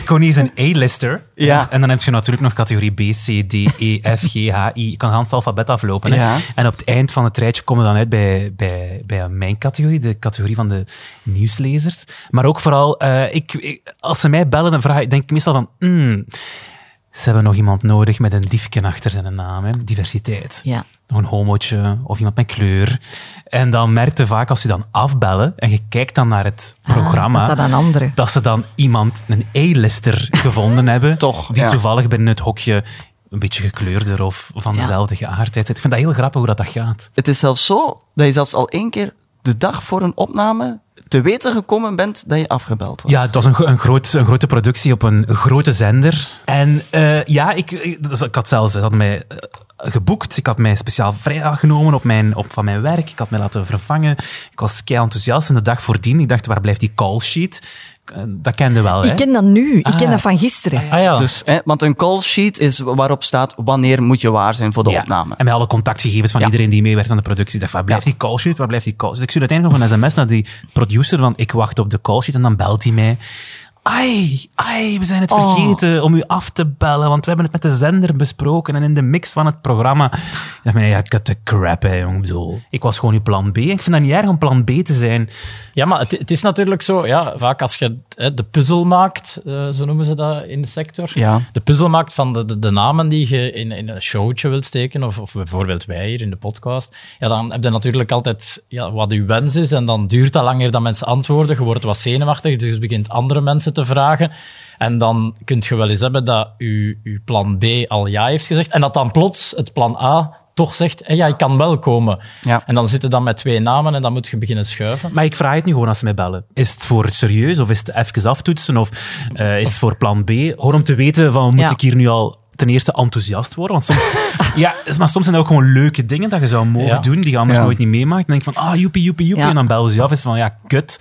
Speaker 4: Connie is een A-lister.
Speaker 2: Ja.
Speaker 4: En dan heb je natuurlijk nog categorie B, C, D, E, F, G, H, I. Je kan het alfabet aflopen. Hè?
Speaker 2: Ja.
Speaker 4: En op het eind van het rijtje komen we dan uit bij, bij, bij mijn categorie, de categorie van de nieuwslezers. Maar ook vooral, eh, ik, ik- als ze mij bellen, dan vraag ik, denk ik meestal van... "Hmm, ze hebben nog iemand nodig met een diefje achter zijn naam. Hè? Diversiteit.
Speaker 1: Ja.
Speaker 4: Nog een homootje of iemand met kleur. En dan merkte vaak als je dan afbellen en je kijkt dan naar het programma
Speaker 1: Ah, dat dat aan anderen.
Speaker 4: dat ze dan iemand, een A-lister, gevonden hebben.
Speaker 2: Toch,
Speaker 4: Die
Speaker 2: ja.
Speaker 4: toevallig binnen het hokje een beetje gekleurder of van
Speaker 1: Ja.
Speaker 4: dezelfde geaardheid zit. Ik vind dat heel grappig hoe dat, dat gaat.
Speaker 2: Het is zelfs zo dat je zelfs al één keer de dag voor een opname te weten gekomen bent dat je afgebeld was.
Speaker 4: Ja, het was een, gro- een, groot, een grote productie op een grote zender. En eh, ja, ik, ik, dus ik had zelfs ik had mij eh, geboekt. Ik had mij speciaal vrijdag genomen op mijn, op, van mijn werk. Ik had mij laten vervangen. Ik was kei enthousiast. En de dag voordien, ik dacht, waar blijft die call sheet? Eh, Dat kende wel, hè?
Speaker 1: Ik ken dat nu. Ik ken
Speaker 4: Ah.
Speaker 1: dat van gisteren.
Speaker 3: Ah ja,
Speaker 2: Dus, hè, want een call sheet is waarop staat wanneer moet je waar zijn voor de
Speaker 4: Ja.
Speaker 2: opname.
Speaker 4: En met alle contactgegevens van
Speaker 2: Ja.
Speaker 4: iedereen die meewerkt aan de productie. Ik dacht, waar blijft die call sheet? Waar blijft die call sheet? Ik stuurde uiteindelijk nog een sms naar die producer van ik wacht op de call sheet. En dan belt hij mij. Ai, ai, we zijn het
Speaker 1: Oh.
Speaker 4: vergeten om u af te bellen, want we hebben het met de zender besproken en in de mix van het programma. Ik dacht, mij, ja, cut the crap, hè, jong. Ik bedoel, ik was gewoon uw plan B. Ik vind dat niet erg om plan B te zijn.
Speaker 3: ja maar het, het is natuurlijk zo, ja, vaak als je hè, de puzzel maakt, eh, zo noemen ze dat in de sector.
Speaker 2: Ja.
Speaker 3: De puzzel maakt van de, de, de namen die je in, in een showtje wilt steken, of, of bijvoorbeeld wij hier in de podcast. Ja, dan heb je natuurlijk altijd ja, wat uw wens is, en dan duurt dat langer dan mensen antwoorden. Je wordt wat zenuwachtig, dus je begint andere mensen te vragen. En dan kun je wel eens hebben dat uw, uw plan B al ja heeft gezegd, en dat dan plots het plan A toch zegt, hé, ja, ik kan wel komen.
Speaker 2: Ja.
Speaker 3: En dan zitten dan met twee namen en dan moet je beginnen schuiven.
Speaker 4: Maar ik vraag het nu gewoon als ze mij bellen. Is het voor serieus of is het even aftoetsen of eh, is het voor plan B? Gewoon om te weten van moet
Speaker 1: Ja.
Speaker 4: ik hier nu al ten eerste enthousiast worden? Want soms, ja, maar soms zijn er ook gewoon leuke dingen dat je zou mogen
Speaker 3: Ja.
Speaker 4: doen die je anders
Speaker 2: Ja.
Speaker 4: nooit niet meemaakt. Dan denk ik van ah joepie joepie joepie
Speaker 1: Ja.
Speaker 4: en dan bellen ze je af is van ja kut.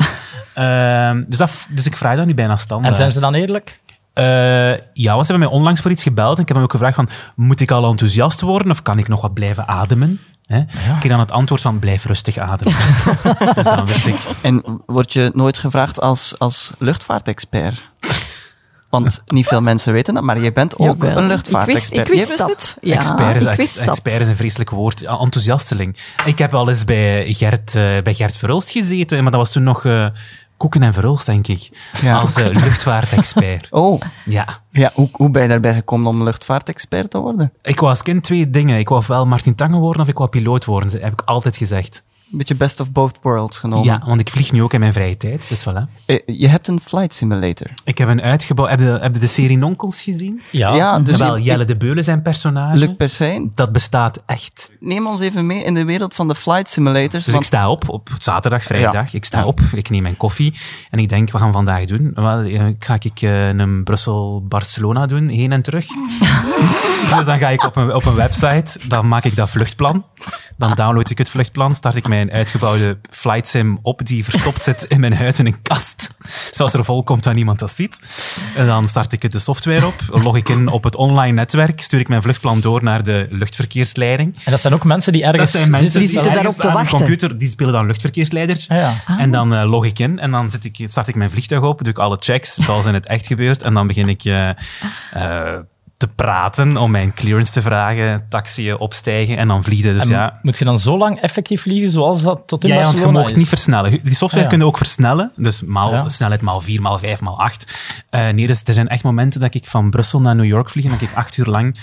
Speaker 4: Ehm, dus, dat, dus ik vraag dat nu bijna standaard.
Speaker 3: En zijn ze dan eerlijk?
Speaker 4: Eh, ja, want ze hebben mij onlangs voor iets gebeld. En ik heb hem ook gevraagd van, moet ik al enthousiast worden of kan ik nog wat blijven ademen? Hè? Ik kreeg dan het antwoord van, blijf rustig ademen. dus dan wist ik,
Speaker 2: En word je nooit gevraagd als, als luchtvaartexpert? Want niet veel mensen weten dat, maar je bent ook
Speaker 1: Jawel.
Speaker 2: een
Speaker 1: Ik wist,
Speaker 2: luchtvaartexpert.
Speaker 1: ik wist
Speaker 2: Jij
Speaker 1: dat.
Speaker 2: het?
Speaker 1: Ja,
Speaker 4: expert, is,
Speaker 1: Ah, ik wist dat.
Speaker 4: expert is een vreselijk woord. Ja, Enthousiasteling. Ik heb al eens bij Gert, eh, bij Gert Verhulst gezeten, maar dat was toen nog eh, koeken en Verhulst, denk ik.
Speaker 2: Ja.
Speaker 4: Als eh, luchtvaartexpert.
Speaker 2: Oh,
Speaker 4: ja.
Speaker 2: ja, hoe, hoe ben je daarbij gekomen om luchtvaartexpert te worden?
Speaker 4: Ik wou als kind twee dingen. Ik wou wel Martin Tangen worden of ik wou piloot worden. Dat heb ik altijd gezegd.
Speaker 2: Een beetje best of both worlds genomen.
Speaker 4: Ja, want ik vlieg nu ook in mijn vrije tijd. Dus voilà.
Speaker 2: Eh, Je hebt een flight simulator.
Speaker 4: Ik heb een uitgebouwd... Heb je, heb je de serie Nonkels gezien?
Speaker 3: Ja.
Speaker 2: Ja, dus
Speaker 4: Wel,
Speaker 2: ik-
Speaker 4: Jelle de Beulen zijn personage.
Speaker 2: Luc Persijn,
Speaker 4: Dat bestaat echt.
Speaker 2: neem ons even mee in de wereld van de flight simulators.
Speaker 4: Dus
Speaker 2: want-
Speaker 4: ik sta op, op zaterdag, vrijdag. Ik sta
Speaker 2: Ja.
Speaker 4: op, ik neem mijn koffie en ik denk, wat gaan we vandaag doen? Wel, eh, ga ik eh, een Brussel-Barcelona doen, heen en terug? dus dan ga ik op een, op een website, dan maak ik dat vluchtplan. Dan download ik het vluchtplan, start ik mijn uitgebouwde flight sim op, die verstopt zit in mijn huis in een kast. Zoals er vol komt dat niemand dat ziet. En dan start ik de software op, log ik in op het online netwerk, stuur ik mijn vluchtplan door naar de luchtverkeersleiding.
Speaker 3: En dat zijn ook mensen die ergens
Speaker 4: Dat zijn mensen
Speaker 1: die zitten
Speaker 4: ergens
Speaker 1: daarop te
Speaker 4: aan een
Speaker 1: wachten.
Speaker 4: computer, die spelen dan luchtverkeersleiders.
Speaker 3: Ah, Ja, ja.
Speaker 1: Ah.
Speaker 4: En dan eh, log ik in en dan zit ik, start ik mijn vliegtuig op, doe ik alle checks, zoals in het echt gebeurt. En dan begin ik eh, eh, te praten om mijn clearance te vragen, taxiën opstijgen en dan vliegen. Dus
Speaker 3: En
Speaker 4: ja.
Speaker 3: Moet je dan zo lang effectief vliegen zoals dat tot in
Speaker 4: Ja, ja, want je
Speaker 3: Barcelona
Speaker 4: mag
Speaker 3: is?
Speaker 4: niet versnellen. Die software
Speaker 3: Ah, ja.
Speaker 4: kun je ook versnellen. Dus maal,
Speaker 3: Ja.
Speaker 4: snelheid maal 4, maal 5, maal 8. nee, dus er zijn echt momenten dat ik van Brussel naar New York vlieg en dat ik acht uur lang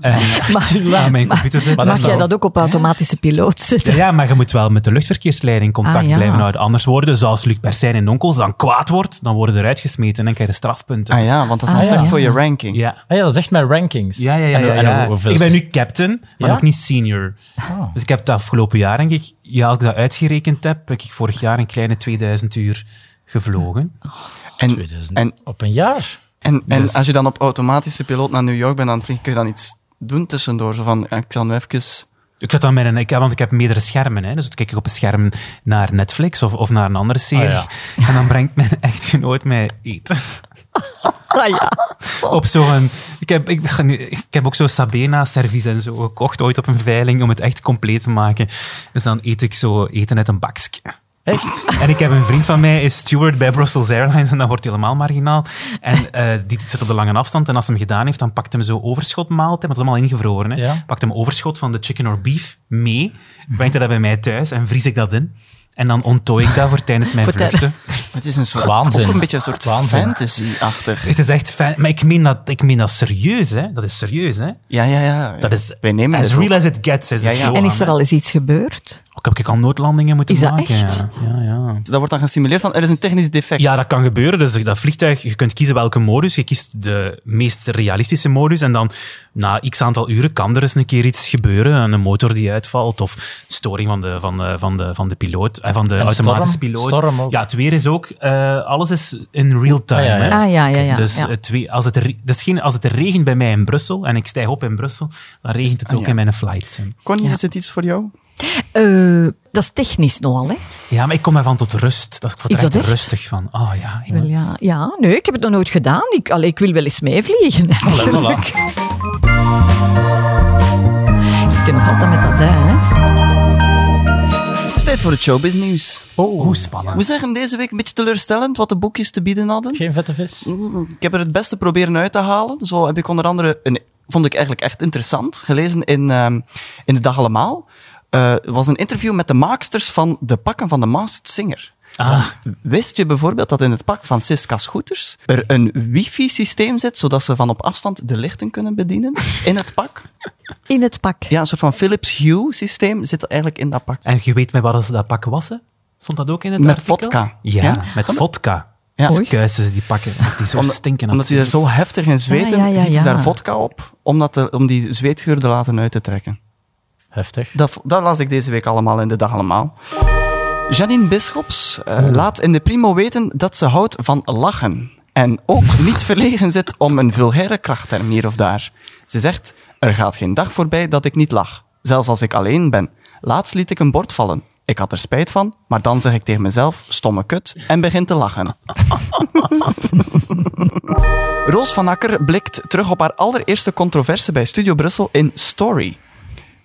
Speaker 4: eh, acht uur lang aan mijn computer zit.
Speaker 1: Mag jij dat ook op automatische piloot zetten?
Speaker 4: Ja, ja, maar je moet wel met de luchtverkeersleiding contact
Speaker 1: Ah, ja.
Speaker 4: blijven houden. Anders worden, zoals Luc Persijn en Onkels, dan kwaad wordt, dan worden eruit gesmeten en dan krijg je strafpunten.
Speaker 2: Ah ja, want dat is
Speaker 1: Ah
Speaker 2: dan
Speaker 1: ja.
Speaker 2: slecht voor je ranking.
Speaker 4: ja.
Speaker 3: Ah ja, dat is echt mijn rankings.
Speaker 4: Ja, ja, ja.
Speaker 3: En-
Speaker 4: ja,
Speaker 3: en
Speaker 4: ja.
Speaker 3: hoe- hoeveel
Speaker 4: Ik ben
Speaker 3: is-
Speaker 4: nu captain, maar
Speaker 3: Ja?
Speaker 4: nog niet senior.
Speaker 3: Ah.
Speaker 4: Dus ik heb het afgelopen jaar, denk ik, ja, als ik dat uitgerekend heb, heb ik vorig jaar een kleine 2000 uur gevlogen.
Speaker 2: En,
Speaker 3: 2000.
Speaker 2: en,
Speaker 3: Op een jaar.
Speaker 2: en, en
Speaker 4: Dus-
Speaker 2: als je dan op automatische piloot naar New York bent aan het vliegen, kun je dan iets doen tussendoor. Zo van, ja, ik zal nu even...
Speaker 4: Ik zat dan met een, ik, want ik heb meerdere schermen, hè, dus dan kijk ik op een scherm naar Netflix of, of naar een andere serie.
Speaker 3: Ah,
Speaker 4: En dan brengt mijn echtgenoot mij eten.
Speaker 1: Ah, ja.
Speaker 4: op zo'n. Ik heb, ik, ga nu- ik heb ook zo Sabena-servies en zo gekocht ooit op een veiling om het echt compleet te maken. Dus dan eet ik zo eten uit een bakje.
Speaker 3: Echt?
Speaker 4: En ik heb een vriend van mij, is steward bij Brussels Airlines en dat wordt helemaal marginaal. En eh, die zit op de lange afstand en als hij hem gedaan heeft, dan pakt hem zo overschotmaaltijd, maar dat is allemaal ingevroren. Hè.
Speaker 3: Ja.
Speaker 4: Pakt hem overschot van de chicken or beef mee, brengt hij dat bij mij thuis en vries ik dat in. En dan onttooi ik dat voor tijdens mijn
Speaker 1: Voor tij-
Speaker 4: vluchten.
Speaker 2: Het is een soort...
Speaker 3: Waanzin.
Speaker 2: Ook een beetje een soort
Speaker 3: Waanzin.
Speaker 2: fantasy-achtig.
Speaker 4: Het is echt fijn, maar ik meen dat, ik meen dat serieus, hè. Dat is serieus, hè.
Speaker 2: Ja, ja, ja.
Speaker 4: Dat is
Speaker 2: Wij nemen
Speaker 4: as
Speaker 2: het
Speaker 4: real
Speaker 2: ook.
Speaker 4: as it gets. Is
Speaker 2: Ja,
Speaker 4: ja,
Speaker 2: ja.
Speaker 1: En is er al eens iets gebeurd?
Speaker 4: Ook heb ik al noodlandingen moeten
Speaker 1: Is dat
Speaker 4: maken.
Speaker 1: echt?
Speaker 4: Ja, ja. ja.
Speaker 2: Dat wordt dan gesimuleerd van, er is een technisch defect.
Speaker 4: Ja, dat kan gebeuren. Dus dat vliegtuig, je kunt kiezen welke modus. Je kiest de meest realistische modus. En dan na x aantal uren kan er eens een keer iets gebeuren. Een motor die uitvalt of storing van de, van de, van de, van de piloot. eh, Van de automatische
Speaker 3: storm?
Speaker 4: piloot.
Speaker 3: Storm ook.
Speaker 4: Ja, het weer is ook... eh, alles is in real time.
Speaker 3: Ah, ja, ja.
Speaker 4: Hè?
Speaker 1: Ah, ja, ja, ja.
Speaker 4: Dus
Speaker 1: ja.
Speaker 4: het weer- als, het, re- dat is geen, als het regent bij mij in Brussel en ik stijg op in Brussel, dan regent het ook
Speaker 2: ja.
Speaker 4: in mijn flights. hè.
Speaker 2: Connie, is het iets voor jou?
Speaker 1: Eh, dat is technisch nogal, hè?
Speaker 4: Ja, maar ik kom daarvan tot rust. Dat, ik word
Speaker 1: Is
Speaker 4: er echt
Speaker 1: dat echt?
Speaker 4: rustig van. Oh ja. ja.
Speaker 1: Wel, ja. ja, nee, ik heb het nog nooit gedaan. Ik, allee, ik wil wel eens meevliegen. eigenlijk. Ik zit hier nog altijd met dat duin, hè?
Speaker 2: Het is tijd voor het showbiz nieuws.
Speaker 4: Hoe
Speaker 2: We
Speaker 4: spannend.
Speaker 2: zeggen deze week een beetje teleurstellend wat de boekjes te bieden hadden.
Speaker 3: Geen vette vis.
Speaker 2: Ik heb er het beste proberen uit te halen. Zo heb ik onder andere, een, vond ik eigenlijk echt interessant, gelezen in, ehm, in de Dag Allemaal. Eh, Het was een interview met de maaksters van de pakken van de Masked Singer.
Speaker 4: Ah,
Speaker 2: Wist je bijvoorbeeld dat in het pak van Siska Scooters er een wifi-systeem zit, zodat ze van op afstand de lichten kunnen bedienen in het pak?
Speaker 1: In het pak.
Speaker 2: Ja, een soort van Philips Hue-systeem zit eigenlijk in dat pak.
Speaker 4: en je weet met wat ze dat pak wassen? Stond dat ook in het
Speaker 2: Met
Speaker 4: artikel?
Speaker 2: vodka.
Speaker 4: Ja,
Speaker 2: Ja?
Speaker 4: met vodka.
Speaker 2: Ja.
Speaker 4: Ja.
Speaker 2: Oei.
Speaker 4: Kuisen ze die pakken, omdat die zo
Speaker 2: Om-
Speaker 4: stinken.
Speaker 2: omdat die daar zo heftig in zweten,
Speaker 1: ja,
Speaker 2: ja,
Speaker 1: ja, ja.
Speaker 2: daar vodka op, om, dat te- om die zweetgeur er laten uit te trekken.
Speaker 3: Heftig.
Speaker 2: Dat, dat las ik deze week allemaal in de dag allemaal. Janine Bischops eh, laat in de Primo weten dat ze houdt van lachen. En ook niet verlegen zit om een vulgaire krachtterm hier of daar. Ze zegt, er gaat geen dag voorbij dat ik niet lach. Zelfs als ik alleen ben. Laatst liet ik een bord vallen. Ik had er spijt van, maar dan zeg ik tegen mezelf, stomme kut, en begin te lachen. Roos van Akker blikt terug op haar allereerste controverse bij Studio Brussel in Story.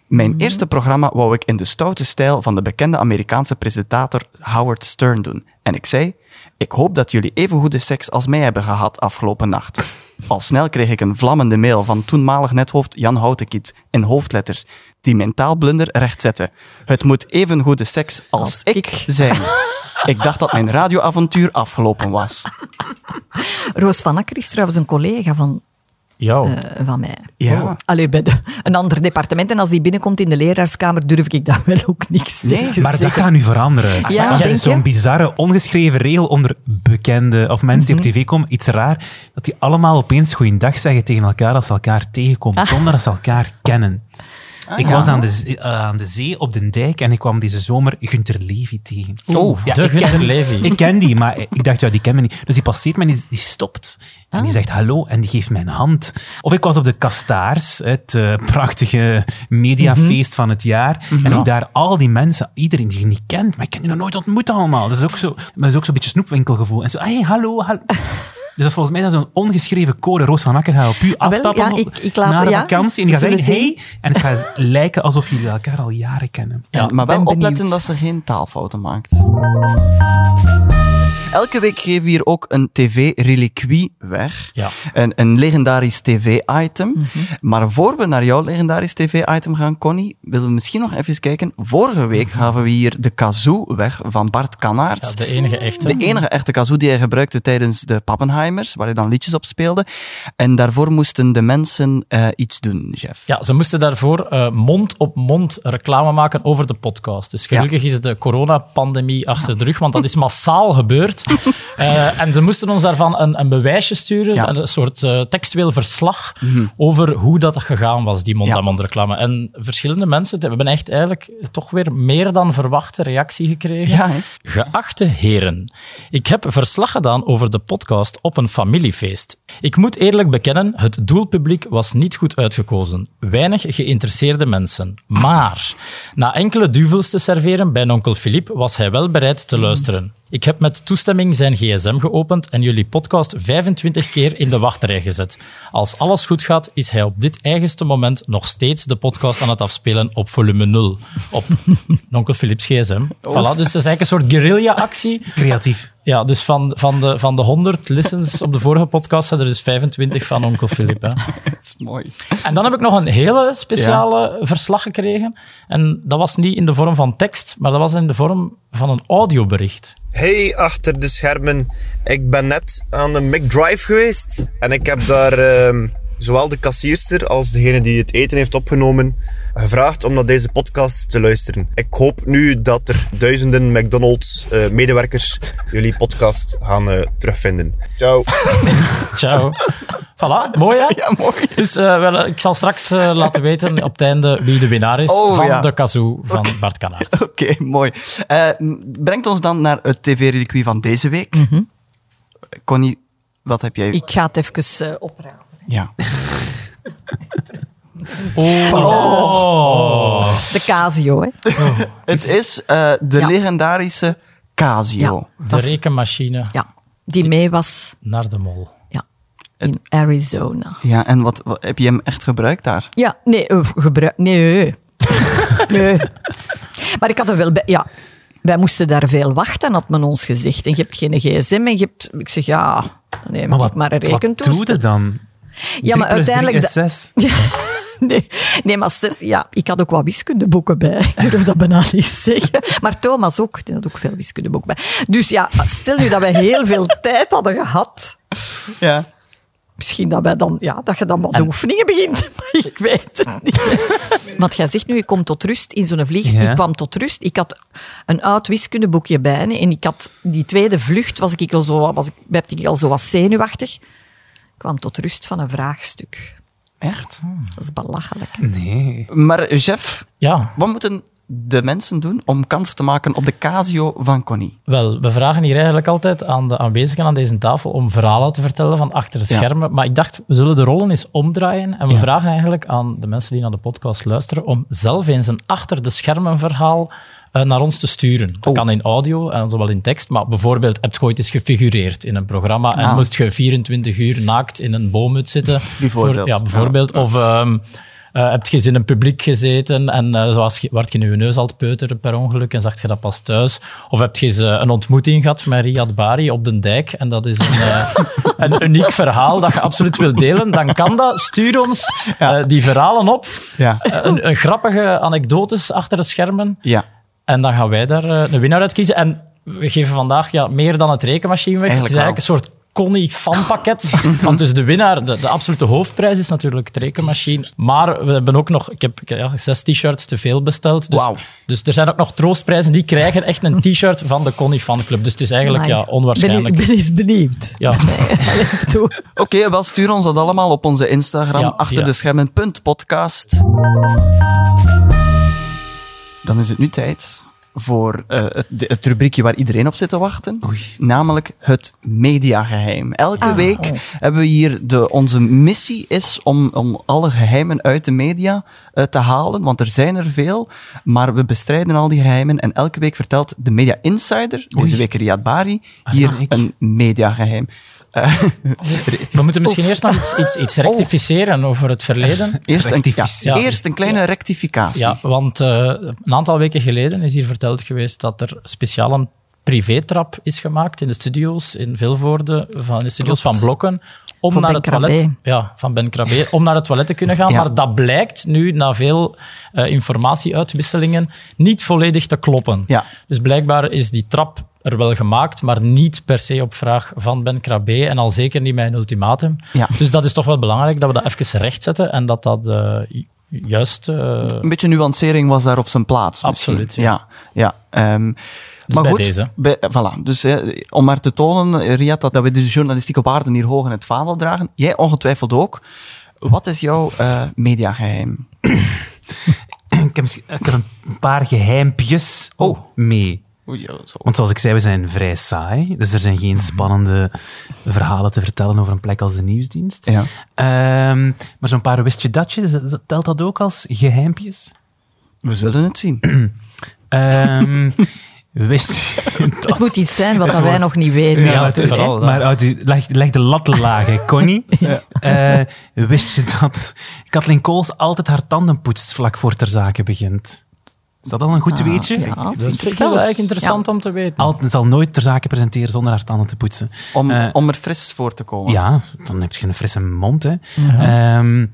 Speaker 2: Mijn
Speaker 1: Mhm.
Speaker 2: eerste programma wou ik in de stoute stijl van de bekende Amerikaanse presentator Howard Stern doen. En ik zei, ik hoop dat jullie even goede seks als mij hebben gehad afgelopen nacht. Al snel kreeg ik een vlammende mail van toenmalig nethoofd Jan Houtekiet in hoofdletters, die mentaal blunder rechtzette. Het moet even goede seks als,
Speaker 1: Als
Speaker 2: ik,
Speaker 1: ik.
Speaker 2: zijn. ik dacht dat mijn radioavontuur afgelopen was.
Speaker 1: Roos van Akker is trouwens een collega van,
Speaker 3: Jou.
Speaker 1: eh, van mij.
Speaker 2: Ja.
Speaker 1: Allee, bij de, een ander departement. En als die binnenkomt in de leraarskamer, durf ik daar wel ook niks tegen
Speaker 4: Maar dat
Speaker 1: zeggen.
Speaker 4: gaat nu veranderen.
Speaker 1: Ja,
Speaker 4: Want er
Speaker 1: denk
Speaker 4: is zo'n
Speaker 1: je?
Speaker 4: bizarre, ongeschreven regel onder bekenden of mensen die
Speaker 1: Mhm.
Speaker 4: op tv komen, iets raar, dat die allemaal opeens goeiedag zeggen tegen elkaar als ze elkaar
Speaker 1: Ah.
Speaker 4: tegenkomen, zonder dat ze elkaar kennen. ik was aan de, zee, eh, aan de zee op de dijk en ik kwam deze zomer Gunter Levy tegen.
Speaker 2: Oh,
Speaker 4: ja,
Speaker 3: de
Speaker 4: ik ken,
Speaker 3: Gunter Levy.
Speaker 4: Ik ken die, maar ik dacht, ja, die ken me niet. Dus die passeert me en die, die stopt. En
Speaker 1: Ah.
Speaker 4: die zegt hallo en die geeft mij een hand. Of ik was op de Kastaars, het eh, prachtige mediafeest van het jaar.
Speaker 1: Mhm.
Speaker 4: En ook daar al die mensen, iedereen die je niet kent, maar ik ken je nog nooit ontmoet allemaal. Dat is ook zo- maar dat is ook zo'n beetje snoepwinkelgevoel. En zo, hey, hallo, hallo. Dus dat is volgens mij dan zo'n ongeschreven code. Roos van Akker gaat op u
Speaker 1: Ah, wel,
Speaker 4: afstappen
Speaker 1: ja, ik- ik laat-
Speaker 4: na de
Speaker 1: ja,
Speaker 4: vakantie. En die gaat
Speaker 1: zullen
Speaker 4: zeggen, hey. En het gaat lijken alsof jullie elkaar al jaren kennen.
Speaker 2: Ja, maar wel
Speaker 1: ben
Speaker 2: opletten
Speaker 1: benieuwd.
Speaker 2: dat ze geen taalfouten maakt. Elke week geven we hier ook een tv-reliquie weg.
Speaker 3: Ja.
Speaker 2: Een, een legendarisch tv-item. Maar voor we naar jouw legendarisch tv-item gaan, Connie, willen we misschien nog even kijken. Vorige week gaven we hier de kazoo weg van Bart Kanaerts.
Speaker 3: Ja, de enige echte.
Speaker 2: De enige echte kazoo die hij gebruikte tijdens de Pappenheimers, waar hij dan liedjes op speelde. En daarvoor moesten de mensen eh, iets doen, Jeff.
Speaker 3: Ja, ze moesten daarvoor eh, mond op mond reclame maken over de podcast. Dus gelukkig is de coronapandemie achter de rug, want dat is massaal gebeurd. Eh, en ze moesten ons daarvan een, een bewijsje sturen,
Speaker 2: Ja.
Speaker 3: een soort eh, textueel verslag over hoe dat gegaan was, die mond aan mond reclame. En verschillende mensen, we hebben echt eigenlijk toch weer meer dan verwachte reactie gekregen.
Speaker 2: Ja, hè?
Speaker 3: Geachte heren, ik heb verslag gedaan over de podcast op een familiefeest. Ik moet eerlijk bekennen, het doelpubliek was niet goed uitgekozen. Weinig geïnteresseerde mensen. Maar na enkele duvels te serveren bij onkel Filip was hij wel bereid te luisteren. Ik heb met toestemming zijn gsm geopend en jullie podcast 25 keer in de wachtrij gezet. Als alles goed gaat, is hij op dit eigenste moment nog steeds de podcast aan het afspelen op volume 0. Op onkel Philips gsm. Voilà, dus dat is eigenlijk een soort guerrilla-actie.
Speaker 4: Creatief.
Speaker 3: Ja, dus van, van, de, van de 100 listens op de vorige podcast zijn er dus 25 van onkel Philip. Hè.
Speaker 2: Dat is mooi.
Speaker 3: En dan heb ik nog een hele speciale verslag gekregen. En dat was niet in de vorm van tekst, maar dat was in de vorm van een audiobericht.
Speaker 6: Hey, achter de schermen. Ik ben net aan de McDrive geweest. En ik heb daar ehm, zowel de kassierster als degene die het eten heeft opgenomen gevraagd om naar deze podcast te luisteren. Ik hoop nu dat er duizenden McDonald's-medewerkers jullie podcast gaan eh, terugvinden. Ciao.
Speaker 3: Ciao. voilà, mooi hè?
Speaker 2: Ja, mooi.
Speaker 3: Dus eh, wel, ik zal straks eh, laten weten op het einde wie de winnaar is
Speaker 2: Oh,
Speaker 3: van
Speaker 2: ja.
Speaker 3: de kazoo van Bart Kanaert.
Speaker 2: Oké, mooi. Eh, m- brengt ons dan naar het tv-reliquie van deze week. Connie, wat heb jij?
Speaker 1: Ik ga het even eh, oprapen.
Speaker 2: Ja.
Speaker 4: Oh.
Speaker 1: Oh. De Casio, hè.
Speaker 2: Het is eh, de
Speaker 1: Ja.
Speaker 2: legendarische Casio.
Speaker 1: Ja,
Speaker 3: De
Speaker 1: dat is-
Speaker 3: rekenmachine
Speaker 1: ja, die mee was
Speaker 3: naar de mol.
Speaker 1: ja, in Arizona.
Speaker 2: Ja, en wat, wat- heb je hem echt gebruikt daar?
Speaker 1: Ja, nee, eh, gebruik. Nee. nee. Maar ik had er wel bij. Ja, wij moesten daar veel wachten, had men ons gezegd. En je hebt geen gsm en je hebt. Ik zeg ja, dan neem ik maar een
Speaker 4: wat doe
Speaker 1: rekentoestel.
Speaker 4: je dan?
Speaker 1: Ja, maar uiteindelijk.
Speaker 4: Is
Speaker 1: da-
Speaker 4: zes.
Speaker 1: Nee, nee maar stel- ja, ik had ook wat wiskundeboeken bij. Ik durf dat bijna niet zeggen. Maar Thomas ook, die had ook veel wiskundeboeken bij. Dus ja, stel nu dat wij heel veel tijd hadden gehad.
Speaker 2: Ja.
Speaker 1: Misschien dat, wij dan, ja, dat je dan wat de oefeningen begint. Maar ik weet het niet. Want jij zegt nu, je komt tot rust in zo'n vlieg.
Speaker 4: Ja.
Speaker 1: Ik kwam tot rust. Ik had een oud wiskundeboekje bij me. En ik had die tweede vlucht, was ik al zo, wat- was ik, werd ik al zo wat zenuwachtig. Ik kwam tot rust van een vraagstuk.
Speaker 2: Echt?
Speaker 1: Dat is belachelijk.
Speaker 4: Nee.
Speaker 2: Maar Jeff,
Speaker 3: Ja,
Speaker 2: wat moeten de mensen doen om kans te maken op de Casio van Connie?
Speaker 3: wel, we vragen hier eigenlijk altijd aan de aanwezigen aan deze tafel om verhalen te vertellen van achter de
Speaker 2: Ja.
Speaker 3: schermen. Maar ik dacht, we zullen de rollen eens omdraaien. En we
Speaker 2: Ja.
Speaker 3: vragen eigenlijk aan de mensen die naar de podcast luisteren om zelf eens een achter de schermen verhaal eh, naar ons te sturen.
Speaker 2: Oh.
Speaker 3: Dat kan in audio en zowel in tekst. Maar bijvoorbeeld, heb je ooit eens gefigureerd in een programma en
Speaker 2: Ah.
Speaker 3: moest je 24 uur naakt in een boomhut zitten?
Speaker 2: Bijvoorbeeld.
Speaker 3: Voor- ja, bijvoorbeeld. Of ehm, eh, heb je eens in een publiek gezeten en eh zoals je, werd je nu je neus al peuteren per ongeluk en zag je dat pas thuis? Of heb je eens eh, een ontmoeting gehad met Riyad Bari op den dijk en dat is een, eh, een uniek verhaal dat je absoluut wilt delen? Dan kan dat. Stuur ons eh, die verhalen op.
Speaker 2: Ja.
Speaker 3: Eh, een, een grappige anekdotes achter de schermen.
Speaker 2: Ja.
Speaker 3: En dan gaan wij daar eh, een winnaar uit kiezen. En we geven vandaag ja, meer dan het rekenmachine weg.
Speaker 2: Eigenlijk
Speaker 3: het is eigenlijk een soort Connie-fanpakket. Want dus de winnaar, de, de absolute hoofdprijs is natuurlijk het rekenmachine. Maar we hebben ook nog, ik heb ik- ja, zes t-shirts te veel besteld. Dus,
Speaker 2: Wauw.
Speaker 3: dus er zijn ook nog troostprijzen. Die krijgen echt een t-shirt van de Connie-fanclub. Dus het is eigenlijk
Speaker 1: Maar
Speaker 3: ja, onwaarschijnlijk.
Speaker 1: Ik ben, ben eens benieuwd.
Speaker 3: ja.
Speaker 1: Toe.
Speaker 2: Oké, wel stuur ons dat allemaal op onze Instagram
Speaker 3: Ja,
Speaker 2: achter
Speaker 3: ja.
Speaker 2: de schermen.podcast. Dan is het nu tijd voor eh, het, de- het rubriekje waar iedereen op zit te wachten. Namelijk het mediageheim. Elke week hebben we hier de, onze missie is om, om alle geheimen uit de media eh, te halen. Want er zijn er veel, maar we bestrijden al die geheimen. En elke week vertelt de media insider, deze week Riyad Bari, hier
Speaker 4: dan ik.
Speaker 2: een mediageheim. Eh,
Speaker 3: We moeten misschien eerst nog iets, iets,
Speaker 2: Oh.
Speaker 3: iets rectificeren over het verleden.
Speaker 2: Eerst een, ja,
Speaker 4: Rectificatie.
Speaker 2: eerst een kleine rectificatie.
Speaker 3: Ja, want eh, een aantal weken geleden is hier verteld geweest dat er speciaal een privétrap is gemaakt in de studio's in Vilvoorde, van de studio's van Blokken, om
Speaker 1: Van
Speaker 3: naar
Speaker 1: Ben
Speaker 3: het toilet,
Speaker 1: Krabbe.
Speaker 3: ja, van Ben Krabbe, om naar het toilet te kunnen gaan.
Speaker 2: Ja.
Speaker 3: Maar dat blijkt nu na veel eh, informatieuitwisselingen niet volledig te kloppen.
Speaker 2: Ja.
Speaker 3: Dus blijkbaar is die trap er wel gemaakt, maar niet per se op vraag van Ben Krabbe en al zeker niet mijn ultimatum.
Speaker 2: Ja.
Speaker 3: Dus dat is toch wel belangrijk dat we dat even rechtzetten en dat dat eh, ju- juist eh,
Speaker 2: Een beetje nuancering was daar op zijn plaats. misschien.
Speaker 3: Absoluut,
Speaker 2: Ja, ja. ehm, maar
Speaker 3: bij
Speaker 2: goed,
Speaker 3: deze.
Speaker 2: bij- voilà. Dus eh, om maar te tonen, eh, Riyad, dat, dat we de journalistieke waarden hier hoog in het vaandel dragen. Jij ongetwijfeld ook. Wat is jouw eh, mediageheim?
Speaker 4: Ik heb, misschien- ik heb een paar geheimpjes
Speaker 2: Oh.
Speaker 4: mee.
Speaker 2: Oei, ja, zo.
Speaker 4: Want zoals ik zei, we zijn vrij saai. Dus er zijn geen
Speaker 1: Mhm.
Speaker 4: spannende verhalen te vertellen over een plek als de nieuwsdienst.
Speaker 2: Ja.
Speaker 4: Ehm, maar zo'n paar wist je datjes, dat- dat- telt dat ook als geheimpjes?
Speaker 2: We zullen het zien.
Speaker 4: Ehm, wist je dat?
Speaker 1: Het moet iets zijn wat wij nog niet weten.
Speaker 4: Ja,
Speaker 3: het is
Speaker 4: maar-
Speaker 3: vooral dat.
Speaker 4: maar uit uw- leg, leg de lat laag, hè, Connie. Eh, wist je dat Kathleen Kools altijd haar tanden poetst vlak voor ter zake begint? Is dat al een goed weetje?
Speaker 1: Ja,
Speaker 3: Dat vind ik wel eigenlijk interessant om te weten.
Speaker 4: Altijd zal nooit ter zake presenteren zonder haar tanden te poetsen.
Speaker 2: Om,
Speaker 4: Eh,
Speaker 2: om er fris voor te komen.
Speaker 4: Ja, dan heb je een frisse mond. Hè. Ehm,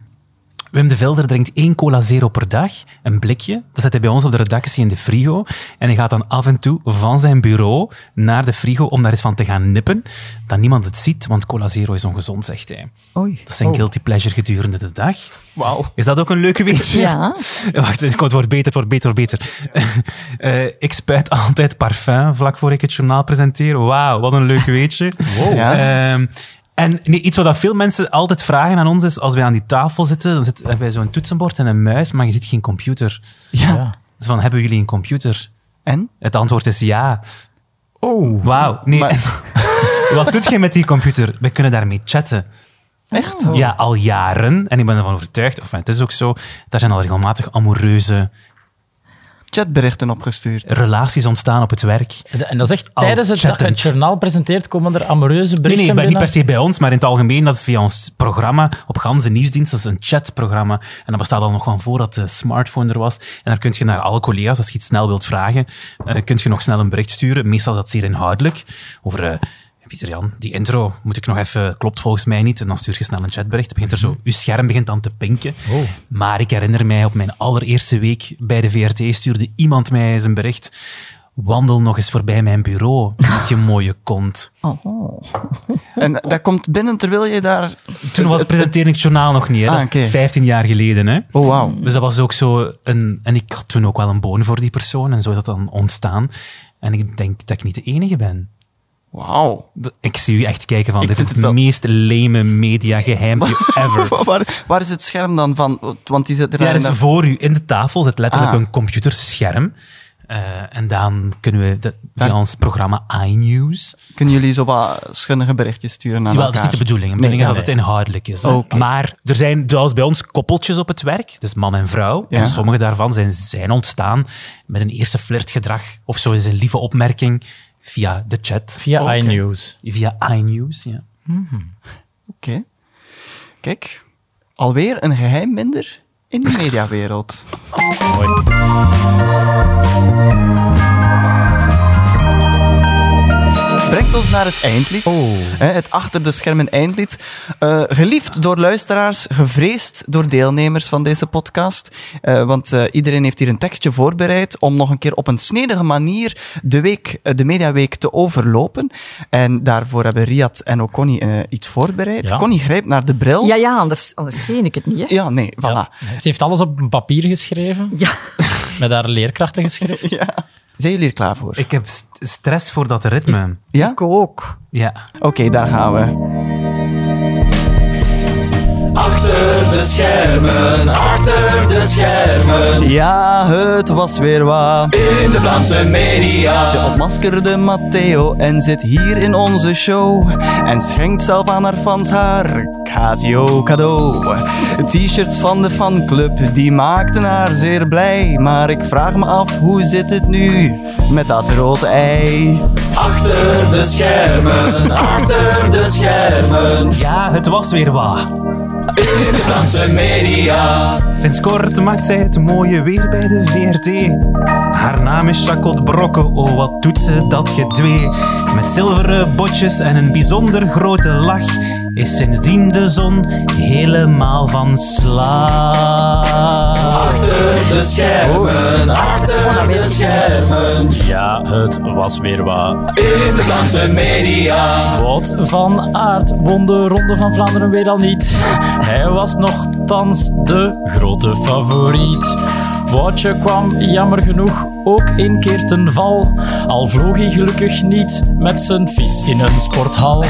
Speaker 4: Wim de Velder drinkt één cola zero per dag, een blikje. Dat zet hij bij ons op de redactie in de frigo. En hij gaat dan af en toe van zijn bureau naar de frigo om daar eens van te gaan nippen. Dat niemand het ziet, want cola zero is ongezond, zegt hij.
Speaker 1: Oei.
Speaker 4: Dat is zijn guilty pleasure gedurende de dag.
Speaker 2: Wauw.
Speaker 4: Is dat ook een leuke weetje?
Speaker 1: Ja.
Speaker 4: Wacht, het wordt beter, het wordt beter, het wordt beter. Eh, ik spuit altijd parfum vlak voor ik het journaal presenteer. Wauw, wat een leuk weetje. Wow.
Speaker 2: Ja.
Speaker 4: en nee, iets wat dat veel mensen altijd vragen aan ons is, als wij aan die tafel zitten, dan zitten hebben wij zo'n toetsenbord en een muis, maar je ziet geen computer.
Speaker 2: Ja.
Speaker 4: Dus van, hebben jullie een computer?
Speaker 2: En?
Speaker 4: Het antwoord is ja. Oh. Wauw. Nee.
Speaker 2: Maar-
Speaker 4: wat doet je met die computer? Wij kunnen daarmee chatten.
Speaker 2: Echt?
Speaker 4: Ja, al jaren. En ik ben ervan overtuigd, of het is ook zo, daar zijn al regelmatig amoureuze
Speaker 2: Chatberichten opgestuurd.
Speaker 4: relaties ontstaan op het werk.
Speaker 3: En dat is echt
Speaker 4: Al
Speaker 3: tijdens het dag
Speaker 4: chattend.
Speaker 3: het journaal presenteert, komen er amoureuze
Speaker 4: Nee, nee,
Speaker 3: berichten
Speaker 4: bij- niet per
Speaker 3: binnen.
Speaker 4: se bij ons, maar in het algemeen. Dat is via ons programma op Ganse Nieuwsdienst. Dat is een chatprogramma. En dat bestaat al nog van voordat de smartphone er was. En daar kun je naar alle collega's, als je iets snel wilt vragen, eh kun je nog snel een bericht sturen. Meestal is dat zeer inhoudelijk. Over eh, Pieter Jan, die intro moet ik nog even, klopt volgens mij niet. En dan stuur je snel een chatbericht. Begint er zo, uw scherm begint dan te pinken. Maar ik herinner mij, op mijn allereerste week bij de VRT stuurde iemand mij eens een bericht. Wandel nog eens voorbij mijn bureau met je mooie kont.
Speaker 2: En dat komt binnen terwijl je daar...
Speaker 4: Toen was het presenteerde ik het journaal nog niet. Hè. Dat
Speaker 2: Ah, oké.
Speaker 4: is 15 jaar geleden. Hè.
Speaker 2: Oh, wauw.
Speaker 4: Dus dat was ook zo een... En ik had toen ook wel een boon voor die persoon. En zo is dat dan ontstaan. En ik denk dat ik niet de enige ben.
Speaker 2: Wauw.
Speaker 4: Dat- Ik zie u echt kijken van,
Speaker 2: Ik
Speaker 4: dit is
Speaker 2: vind
Speaker 4: het
Speaker 2: het wel-
Speaker 4: meest lame media geheim ever.
Speaker 2: Waar, waar is het scherm dan van? Want die zit er
Speaker 4: Ja,
Speaker 2: daar
Speaker 4: dus
Speaker 2: in dat-
Speaker 4: voor u in de tafel zit letterlijk
Speaker 2: Ah.
Speaker 4: een computerscherm. Eh, en dan kunnen we dat via
Speaker 2: Daar-
Speaker 4: ons programma iNews.
Speaker 2: Kunnen jullie zo wat schunnige berichtjes sturen naar
Speaker 4: Jawel, dat
Speaker 2: elkaar?
Speaker 4: is niet de bedoeling. De bedoeling is dat het inhoudelijk is. hè.
Speaker 2: Oké.
Speaker 4: Maar er zijn zoals bij ons koppeltjes op het werk, dus man en vrouw.
Speaker 2: Ja.
Speaker 4: En sommige daarvan zijn, zijn ontstaan met een eerste flirtgedrag of zo eens een lieve opmerking via de chat,
Speaker 3: Via
Speaker 2: Oké.
Speaker 3: iNews.
Speaker 4: via iNews. Ja.
Speaker 2: Oké. Kijk, alweer een geheim minder in de mediawereld. Brengt ons naar het eindlied.
Speaker 4: Oh.
Speaker 2: Hè, Het achter de schermen eindlied. Eh, geliefd door luisteraars, gevreesd door deelnemers van deze podcast. Eh, want eh, iedereen heeft hier een tekstje voorbereid om nog een keer op een snedige manier de, week, eh, de mediaweek te overlopen. En daarvoor hebben Riad en ook Connie eh, iets voorbereid.
Speaker 3: Ja.
Speaker 2: Connie grijpt naar de bril.
Speaker 1: Ja, ja, anders, anders zie ik het niet. Hè.
Speaker 2: Ja, nee, voilà.
Speaker 3: Ze heeft alles op een papier geschreven,
Speaker 1: Ja.
Speaker 3: met haar leerkrachtengeschrift.
Speaker 2: Ja. Zijn jullie er klaar voor?
Speaker 4: Ik heb st- stress voor dat ritme.
Speaker 2: Ja?
Speaker 1: Ik ook.
Speaker 4: Ja.
Speaker 2: Oké, daar gaan we.
Speaker 5: Achter de schermen, achter de schermen.
Speaker 2: Ja, het was weer waar.
Speaker 5: In de Vlaamse media.
Speaker 2: Ze ontmaskerde Matteo en zit hier in onze show. En schenkt zelf aan haar fans haar Casio cadeau. T-shirts van de fanclub, die maakten haar zeer blij. Maar ik vraag me af, hoe zit het nu met dat rood ei?
Speaker 5: Achter de schermen, achter de schermen.
Speaker 4: ja, het was weer waar.
Speaker 5: In de Vlaamse media.
Speaker 4: Sinds kort maakt zij het mooie weer bij de VRT. Haar naam is Jacot Brokke, oh wat doet ze dat gedwee. Met zilveren botjes en een bijzonder grote lach is sindsdien de zon helemaal van slag.
Speaker 5: Achter de schermen, achter de schermen.
Speaker 3: Ja, het was weer wat.
Speaker 5: In de Vlaamse media.
Speaker 3: Wout van Aert won de Ronde van Vlaanderen weer al niet. Hij was nogthans de grote favoriet. Woutje kwam jammer genoeg ook een keer ten val. Al vloog hij gelukkig niet met zijn fiets in een sporthal.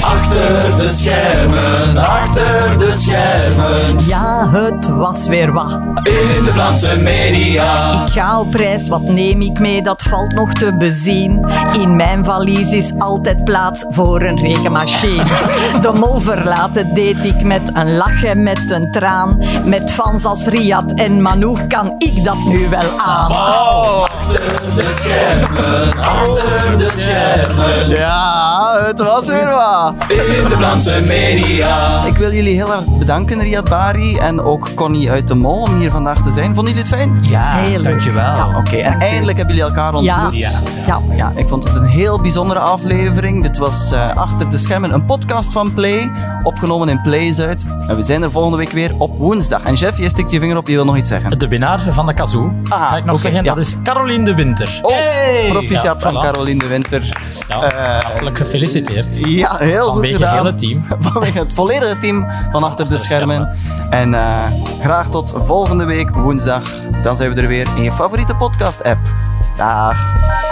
Speaker 5: Achter de schermen, achter de schermen.
Speaker 1: Ja, het was weer wat.
Speaker 5: In de Vlaamse media.
Speaker 1: Gaalprijs, wat neem ik mee, dat valt nog te bezien. In mijn valies is altijd plaats voor een rekenmachine. De mol verlaten deed ik met een lach en met een traan. Met fans als Riyad en Manu kan ik dat nu wel aan.
Speaker 5: De schermen, achter de schermen.
Speaker 2: Ja, het was weer waar.
Speaker 5: In de Vlaamse media.
Speaker 2: Ik wil jullie heel erg bedanken, Riyad Bari en ook Connie uit de Mol, om hier vandaag te zijn. Vonden jullie het fijn?
Speaker 4: Ja,
Speaker 1: Heel leuk.
Speaker 4: Ah, dankjewel.
Speaker 1: Ja.
Speaker 2: Oké, en eindelijk hebben jullie elkaar
Speaker 1: Ja,
Speaker 2: ontmoet.
Speaker 1: ja.
Speaker 2: Ja, ik vond het een heel bijzondere aflevering. Dit was eh, Achter de Schermen, een podcast van Play, opgenomen in Play Zuid. En we zijn er volgende week weer op woensdag. En Jeff, je stikt je vinger op, je wil nog iets zeggen.
Speaker 3: De winnaar van de kazoo,
Speaker 2: Ah,
Speaker 3: ga ik nog
Speaker 2: oké,
Speaker 3: zeggen,
Speaker 2: ja.
Speaker 3: dat is Caroline de Winter.
Speaker 2: Oh, proficiat
Speaker 3: Ja,
Speaker 2: van
Speaker 3: voilà.
Speaker 2: Caroline de Winter.
Speaker 3: Ja,
Speaker 2: Eh,
Speaker 3: hartelijk gefeliciteerd.
Speaker 2: Ja, heel goed
Speaker 3: Vanwege het
Speaker 2: gedaan.
Speaker 3: hele team.
Speaker 2: Vanwege het volledige team van Achter de
Speaker 3: de Schermen.
Speaker 2: Schermen. En eh, graag tot volgende week woensdag. Dan zijn we er weer in je favoriete podcast-app. Dag.